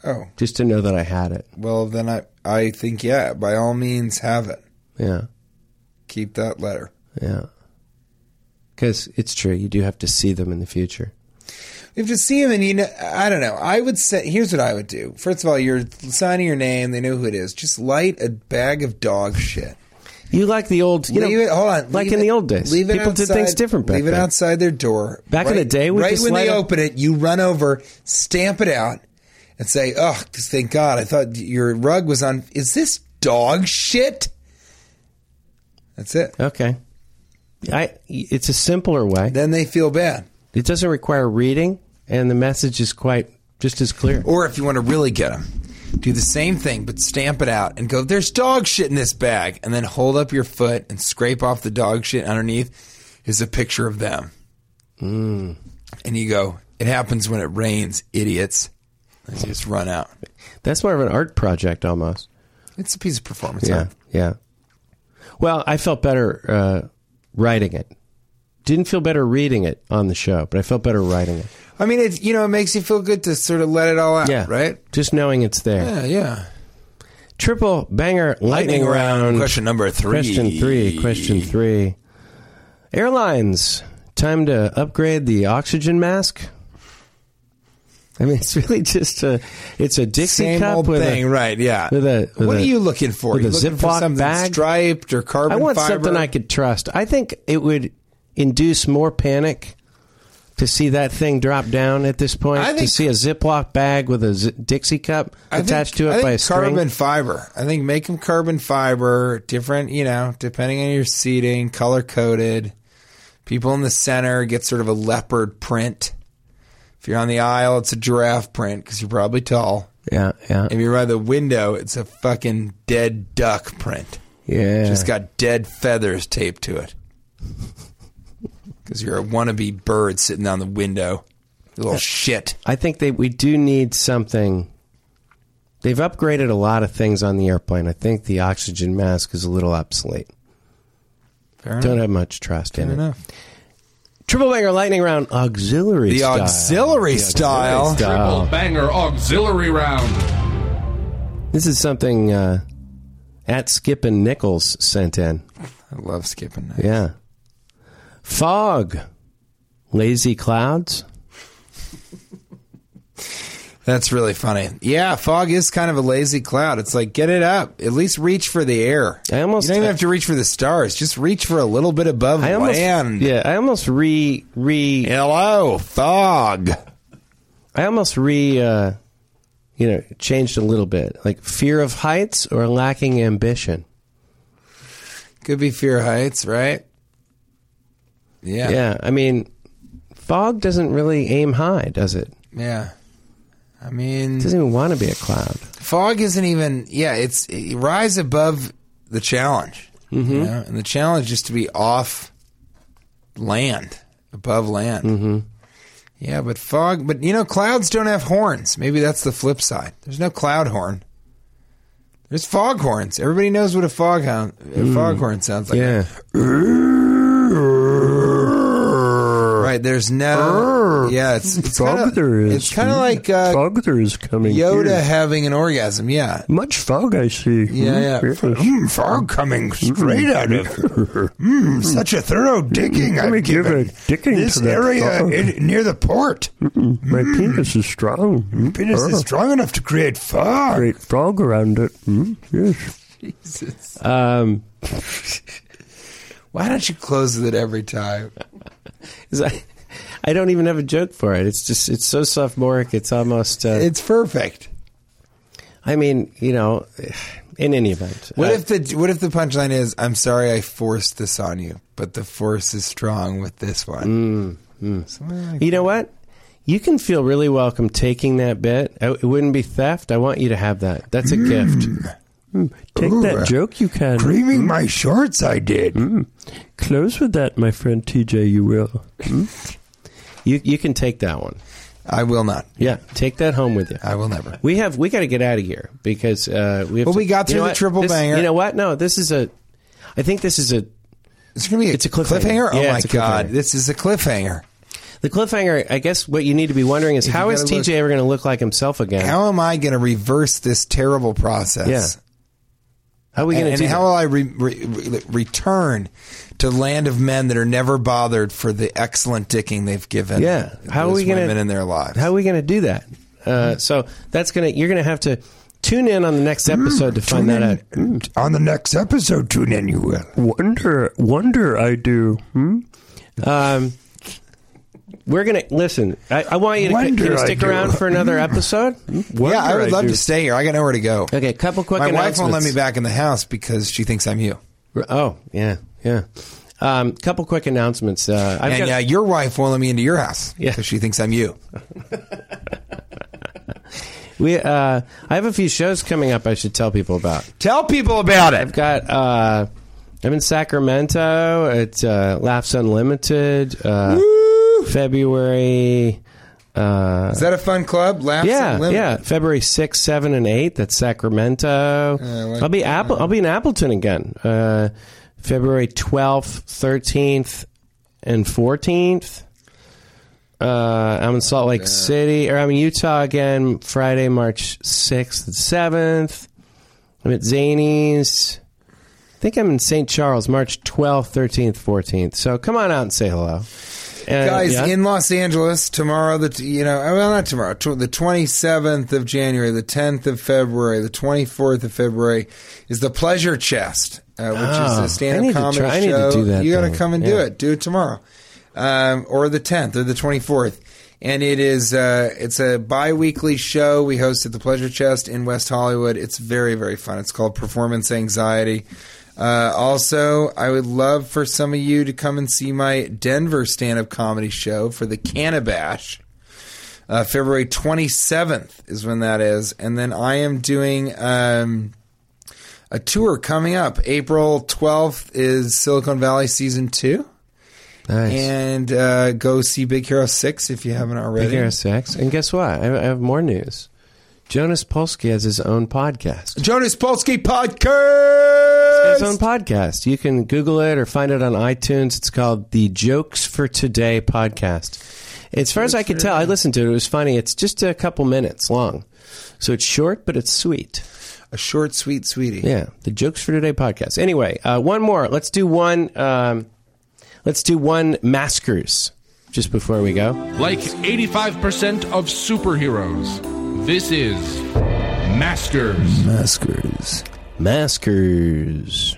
Speaker 4: Oh,
Speaker 2: Just to know that I had it.
Speaker 4: Well, then I I think yeah, by all means have it.
Speaker 2: Yeah.
Speaker 4: Keep that letter.
Speaker 2: Yeah. Because it's true. You do have to see them in the future.
Speaker 4: If you see him and you know, I don't know. I would say here's what I would do. First of all, you're signing your name. They know who it is. Just light a bag of dog shit.
Speaker 2: You like the old, you
Speaker 4: leave
Speaker 2: know,
Speaker 4: it. Hold on.
Speaker 2: like
Speaker 4: Leave
Speaker 2: in
Speaker 4: it-
Speaker 2: the old days.
Speaker 4: Leave it
Speaker 2: People did things
Speaker 4: outside-
Speaker 2: different back
Speaker 4: Leave it
Speaker 2: then.
Speaker 4: outside their door.
Speaker 2: Back in the day, we
Speaker 4: right
Speaker 2: just
Speaker 4: when
Speaker 2: light
Speaker 4: they
Speaker 2: up-
Speaker 4: open it, you run over, stamp it out, and say, "Oh, thank God! I thought your rug was on. Is this dog shit?" That's it.
Speaker 2: Okay. I it's a simpler way.
Speaker 4: Then they feel bad.
Speaker 2: It doesn't require reading and the message is quite just as clear.
Speaker 4: Or if you want to really get them, do the same thing, but stamp it out and go, there's dog shit in this bag. And then hold up your foot and scrape off the dog shit underneath is a picture of them. Mm. And you go, it happens when it rains, idiots. And you just run out.
Speaker 2: That's more of an art project almost.
Speaker 4: It's a piece of performance
Speaker 2: Yeah.
Speaker 4: art.
Speaker 2: Yeah. Well, I felt better uh, writing it. Didn't feel better reading it on the show, but I felt better writing it.
Speaker 4: I mean, it's you know, it makes you feel good to sort of let it all out,
Speaker 2: Yeah.
Speaker 4: Uh, right?
Speaker 2: Just knowing it's there.
Speaker 4: Yeah, yeah.
Speaker 2: Triple banger lightning, round.
Speaker 4: Question number three.
Speaker 2: Question three. Question three. Airlines, time to upgrade the oxygen mask. I mean, it's really just a. It's a Dixie
Speaker 4: Same
Speaker 2: cup
Speaker 4: old
Speaker 2: with
Speaker 4: thing,
Speaker 2: a.
Speaker 4: right? Yeah.
Speaker 2: with a- with
Speaker 4: what
Speaker 2: a-
Speaker 4: are you looking for?
Speaker 2: with
Speaker 4: You
Speaker 2: a
Speaker 4: looking for
Speaker 2: Ziploc
Speaker 4: something
Speaker 2: bag?
Speaker 4: striped or carbon
Speaker 2: I want
Speaker 4: fiber?
Speaker 2: something I could trust. I think it would induce more panic to see that thing drop down at this point.
Speaker 4: I
Speaker 2: to
Speaker 4: think-
Speaker 2: see a Ziploc bag with a Z- Dixie cup
Speaker 4: I think-
Speaker 2: attached to
Speaker 4: I
Speaker 2: it
Speaker 4: think
Speaker 2: by a string.
Speaker 4: carbon fiber. I think make them carbon fiber, different, you know, depending on your seating, color coded. People in the center get sort of a leopard print. If you're on the aisle, it's a giraffe print because you're probably tall.
Speaker 2: Yeah, yeah,
Speaker 4: If you're by the window, it's a fucking dead duck print.
Speaker 2: yeah.
Speaker 4: Just got dead feathers taped to it. Because you're a wannabe bird sitting on the window. You Little shit.
Speaker 2: I think that we do need something. They've upgraded a lot of things on the airplane. I think the oxygen mask is a little obsolete.
Speaker 4: Fair enough.
Speaker 2: Don't have much trust in
Speaker 4: Fair
Speaker 2: it.
Speaker 4: enough.
Speaker 2: Triple banger lightning round auxiliary
Speaker 4: The
Speaker 2: style.
Speaker 4: auxiliary style.
Speaker 2: style.
Speaker 1: Triple
Speaker 3: Oh.
Speaker 1: banger auxiliary round.
Speaker 2: This is something uh, at Skip and Nichols sent in.
Speaker 4: I love skipping that.
Speaker 2: Yeah. Fog. Lazy clouds.
Speaker 4: That's really funny. Yeah, fog is kind of a lazy cloud. It's like get it up. At least reach for the air.
Speaker 2: I almost-
Speaker 4: you don't even have to reach for the stars. Just reach for a little bit above
Speaker 2: I almost
Speaker 4: land.
Speaker 2: Yeah, I almost re re
Speaker 4: Hello, fog.
Speaker 2: I almost re, uh, you know, changed a little bit. Like fear of heights or lacking ambition.
Speaker 4: Could be fear heights, right? Yeah.
Speaker 2: Yeah. I mean, fog doesn't really aim high, does it?
Speaker 4: Yeah. I mean,
Speaker 2: It doesn't even want to be a cloud.
Speaker 4: fog isn't even yeah it's it rise above the challenge you know? and the challenge is to be off land above land mm-hmm. yeah but fog but you know clouds don't have horns maybe that's the flip side there's no cloud horn there's fog horns everybody knows what a fog hound a fog horn sounds like
Speaker 2: Yeah.
Speaker 4: right there's no yeah it's it's kind of it's kind of like uh,
Speaker 2: is coming.
Speaker 4: yoda having an orgasm yeah
Speaker 2: Much fog I see.
Speaker 4: Yeah, yeah. Mm, fog coming straight out of. Mm, such a thorough digging I've given.
Speaker 2: dicking
Speaker 4: this area in, near the port.
Speaker 2: My penis is
Speaker 5: Mm.
Speaker 2: strong.
Speaker 4: Mm. Penis
Speaker 5: Oh.
Speaker 4: is strong enough to create fog.
Speaker 2: fog around it.
Speaker 5: Mm,
Speaker 2: yes. Um,
Speaker 4: Why don't you close with it every time?
Speaker 2: is I, I don't even have a joke for it. It's just it's so sophomoric. It's almost. Uh,
Speaker 4: It's perfect.
Speaker 2: I mean, you know, in any event,
Speaker 4: What
Speaker 2: uh,
Speaker 4: if the what if the punchline is I'm sorry I forced this on you, but the force is strong with this one. Something like-
Speaker 2: Uh, you know what? You can feel really welcome taking that bit. I- It wouldn't be theft. I want you to have that. That's a gift.
Speaker 5: Take
Speaker 4: Ooh.
Speaker 5: that joke you can.
Speaker 4: Creaming my shorts, I did.
Speaker 5: Close with that, my friend TJ, you will.
Speaker 4: Mm.
Speaker 2: You you can take that one.
Speaker 4: I will not.
Speaker 2: Yeah, take that home with you.
Speaker 4: I will never.
Speaker 2: We have we got to get out of here because uh, we. Have
Speaker 4: Well,
Speaker 2: to-
Speaker 4: we got
Speaker 2: you
Speaker 4: through
Speaker 2: know
Speaker 4: the
Speaker 2: what?
Speaker 4: triple
Speaker 2: This-
Speaker 4: banger.
Speaker 2: You know what? No, this is a. I think this is a
Speaker 4: It's gonna be a,
Speaker 2: It's a cliffhanger.
Speaker 4: Oh
Speaker 2: Yeah,
Speaker 4: my
Speaker 2: it's a
Speaker 4: god,
Speaker 2: cliffhanger.
Speaker 4: this is a cliffhanger.
Speaker 2: the cliffhanger. I guess what you need to be wondering is
Speaker 4: If
Speaker 2: how
Speaker 4: you
Speaker 2: is
Speaker 4: gotta
Speaker 2: TJ ever going to look like himself again?
Speaker 4: How am I going to reverse this terrible process?
Speaker 2: Yeah. How are we
Speaker 4: And,
Speaker 2: going to
Speaker 4: and
Speaker 2: do
Speaker 4: how
Speaker 2: that?
Speaker 4: will I re, re, re- return to land of men that are never bothered for the excellent dicking they've given?
Speaker 2: Yeah. How are
Speaker 4: those
Speaker 2: we gonna-
Speaker 4: women in their lives?
Speaker 2: How are we going to do that? Uh,
Speaker 4: Hmm.
Speaker 2: so that's going to you're going to have to tune in on the next
Speaker 4: Hmm.
Speaker 2: episode to find that out.
Speaker 4: Mm. on the next episode, tune in. You will.
Speaker 5: Wonder, wonder I do. Hmm?
Speaker 2: Um, we're going to listen. I, I want you to
Speaker 5: Wonder
Speaker 2: can you
Speaker 5: I
Speaker 2: stick
Speaker 5: do.
Speaker 2: around for another
Speaker 4: Hmm.
Speaker 2: episode.
Speaker 5: Wonder
Speaker 4: yeah, I would love
Speaker 5: do.
Speaker 4: to stay here. I got nowhere to go.
Speaker 2: Okay, couple quick.
Speaker 4: My wife won't let
Speaker 2: announcements.
Speaker 4: me back in the house because she thinks I'm you.
Speaker 2: Oh yeah, yeah. Um, couple quick announcements. Uh, I've
Speaker 4: and
Speaker 2: got-
Speaker 4: uh, your wife won't let me into your house
Speaker 2: Yeah.
Speaker 4: because she thinks I'm you.
Speaker 2: We, uh, I have a few shows coming up. I should tell people about.
Speaker 4: Tell people about it.
Speaker 2: I've got. Uh, I'm in Sacramento at uh, Laughs Unlimited. Uh, February. Uh,
Speaker 4: Is that a fun club? Laughs
Speaker 2: yeah,
Speaker 4: and lemons.
Speaker 2: yeah. February sixth, seven, and eight. That's
Speaker 4: Uh,
Speaker 2: Sacramento.
Speaker 4: like-
Speaker 2: I'll be Apple. I'll be in Appleton again. Uh, February twelfth, thirteenth, and 14th. Uh, I'm in Salt Lake City, or I'm in Utah again Friday, March 6th and 7th. I'm at Zanies. I think I'm in St. Charles, March 12th, 13th, 14th. So come on out and say hello. And-
Speaker 4: Guys,
Speaker 2: yeah?
Speaker 4: in Los Angeles tomorrow, the t- you know, oh, well, not tomorrow, tw- the 27th of January, the 10th of February, the 24th of February is the Pleasure Chest, uh, which
Speaker 2: Ah,
Speaker 4: is a stand
Speaker 2: I need
Speaker 4: up
Speaker 2: to
Speaker 4: comedy
Speaker 2: try- I need to
Speaker 4: show.
Speaker 2: do that
Speaker 4: you got to
Speaker 2: thing.
Speaker 4: come and do
Speaker 2: Yeah.
Speaker 4: it. Do it tomorrow, um, or the 10th or the 24th. And it is uh, it's a bi-weekly show we host at the Pleasure Chest in West Hollywood. It's very very fun. It's called Performance Anxiety. Uh, also, I would love for some of you to come and see my Denver stand-up comedy show for the Cannabash. Uh, February 27th is when that is. And then I am doing um, a tour coming up. April 12th is Silicon Valley season two.
Speaker 2: Nice.
Speaker 4: And uh, go see Big Hero 6 if you haven't already.
Speaker 2: Big Air Sex. And guess what? I have, I have more news. Jonas Polsky has his own podcast.
Speaker 4: Jonas Polsky Podcast!
Speaker 2: His own podcast. You can Google it or find it on iTunes. It's called the Jokes for Today podcast. As far as I could tell, I listened to it. It was funny. It's just a couple minutes long. So it's short, but it's sweet.
Speaker 4: a short, sweet sweetie.
Speaker 2: Yeah, the jokes for today podcast. Anyway, uh, one more. Let's do one. Um, let's do one maskers just before we go.
Speaker 1: Like 85% of superheroes, this is Masters.
Speaker 4: Maskers.
Speaker 2: Maskers.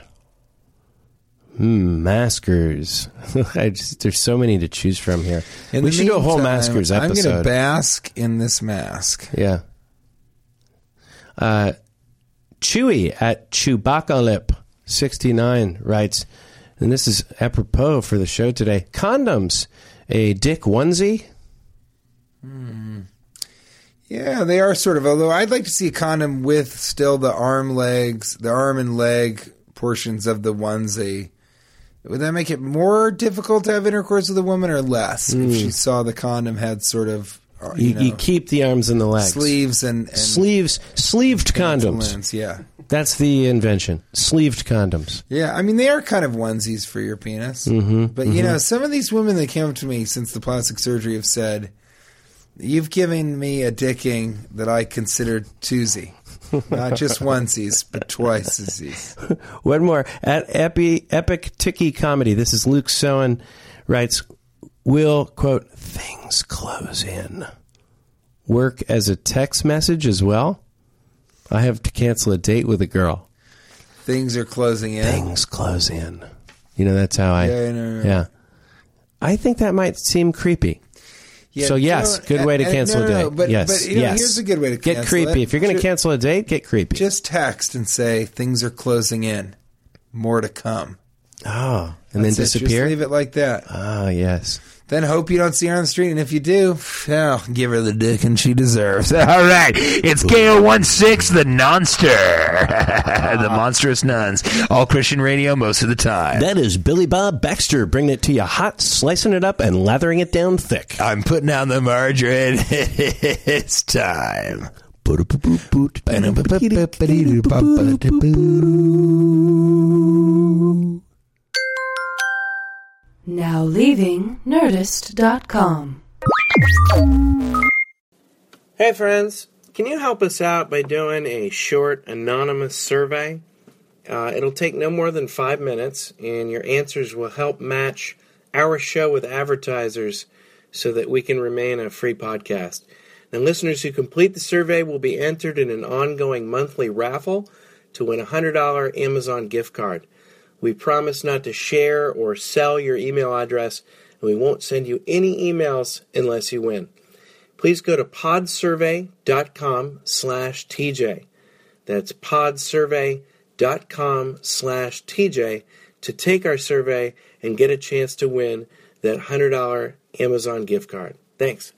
Speaker 2: Hmm, maskers. I just, there's so many to choose from here.
Speaker 4: In
Speaker 2: we
Speaker 4: the
Speaker 2: should do a whole
Speaker 4: meantime,
Speaker 2: maskers episode.
Speaker 4: I'm going to bask in this mask.
Speaker 2: Yeah. Uh, Chewy at Chewbacalip69 writes, and this is apropos for the show today condoms, a dick onesie.
Speaker 4: Yeah, they are sort of. Although I'd like to see a condom with still the arm legs, the arm and leg portions of the onesie. Would that make it more difficult to have intercourse with a woman or less if she saw the condom had sort of uh,
Speaker 2: You,
Speaker 4: you, know,
Speaker 2: you keep the arms and the legs.
Speaker 4: sleeves and, and
Speaker 2: Sleeves, sleeved condoms.
Speaker 4: lens, Yeah,
Speaker 2: That's the invention. Sleeved condoms.
Speaker 4: yeah. I mean, they are kind of onesies for your penis.
Speaker 2: Mm-hmm,
Speaker 4: But you know, some of these women that came up to me since the plastic surgery have said, "You've given me a dicking that I consider twosie, not just onesies, but twice as
Speaker 2: One more at Epi, Epic Tiki Comedy. This is Luke Sowen writes, "Will quote things close in work as a text message as well? I have to cancel a date with a girl.
Speaker 4: Things are closing in.
Speaker 2: Things close in. You know that's how I
Speaker 4: Yeah, I know, yeah.
Speaker 2: yeah. I think that might seem creepy. so yes,
Speaker 4: don't-
Speaker 2: good way to
Speaker 4: and- and-
Speaker 2: cancel
Speaker 4: uh, no, no,
Speaker 2: a date.
Speaker 4: no, but,
Speaker 2: yes,
Speaker 4: but, you know,
Speaker 2: yes.
Speaker 4: here's a good way to
Speaker 2: get
Speaker 4: cancel
Speaker 2: creepy.
Speaker 4: it.
Speaker 2: If you're going to
Speaker 4: Ju-
Speaker 2: cancel a date, get creepy.
Speaker 4: just text and say things are closing in. More to come.
Speaker 2: oh, and then
Speaker 4: That's it. Just leave
Speaker 2: disappear.
Speaker 4: it like that.
Speaker 2: Ah, yes.
Speaker 4: Then hope you don't see her on the street, and if you do, well, give her the dick and she deserves. All right, it's KO16, the Nonster, the monstrous nuns, all Christian radio most of the time.
Speaker 2: That is Billy Bob Baxter bringing it to you hot, slicing it up, and lathering it down thick.
Speaker 4: I'm putting on the margarine. it's time.
Speaker 6: Now leaving Nerdist.com.
Speaker 7: Hey friends, can you help us out by doing a short anonymous survey? Uh, it'll take no more than five minutes, and your answers will help match our show with advertisers so that we can remain a free podcast. And listeners who complete the survey will be entered in an ongoing monthly raffle to win a $100 Amazon gift card. We promise not to share or sell your email address, and we won't send you any emails unless you win please go to podsurvey.com slash tj that's podsurvey.com slash tj to take our survey and get a chance to win that $100 amazon gift card thanks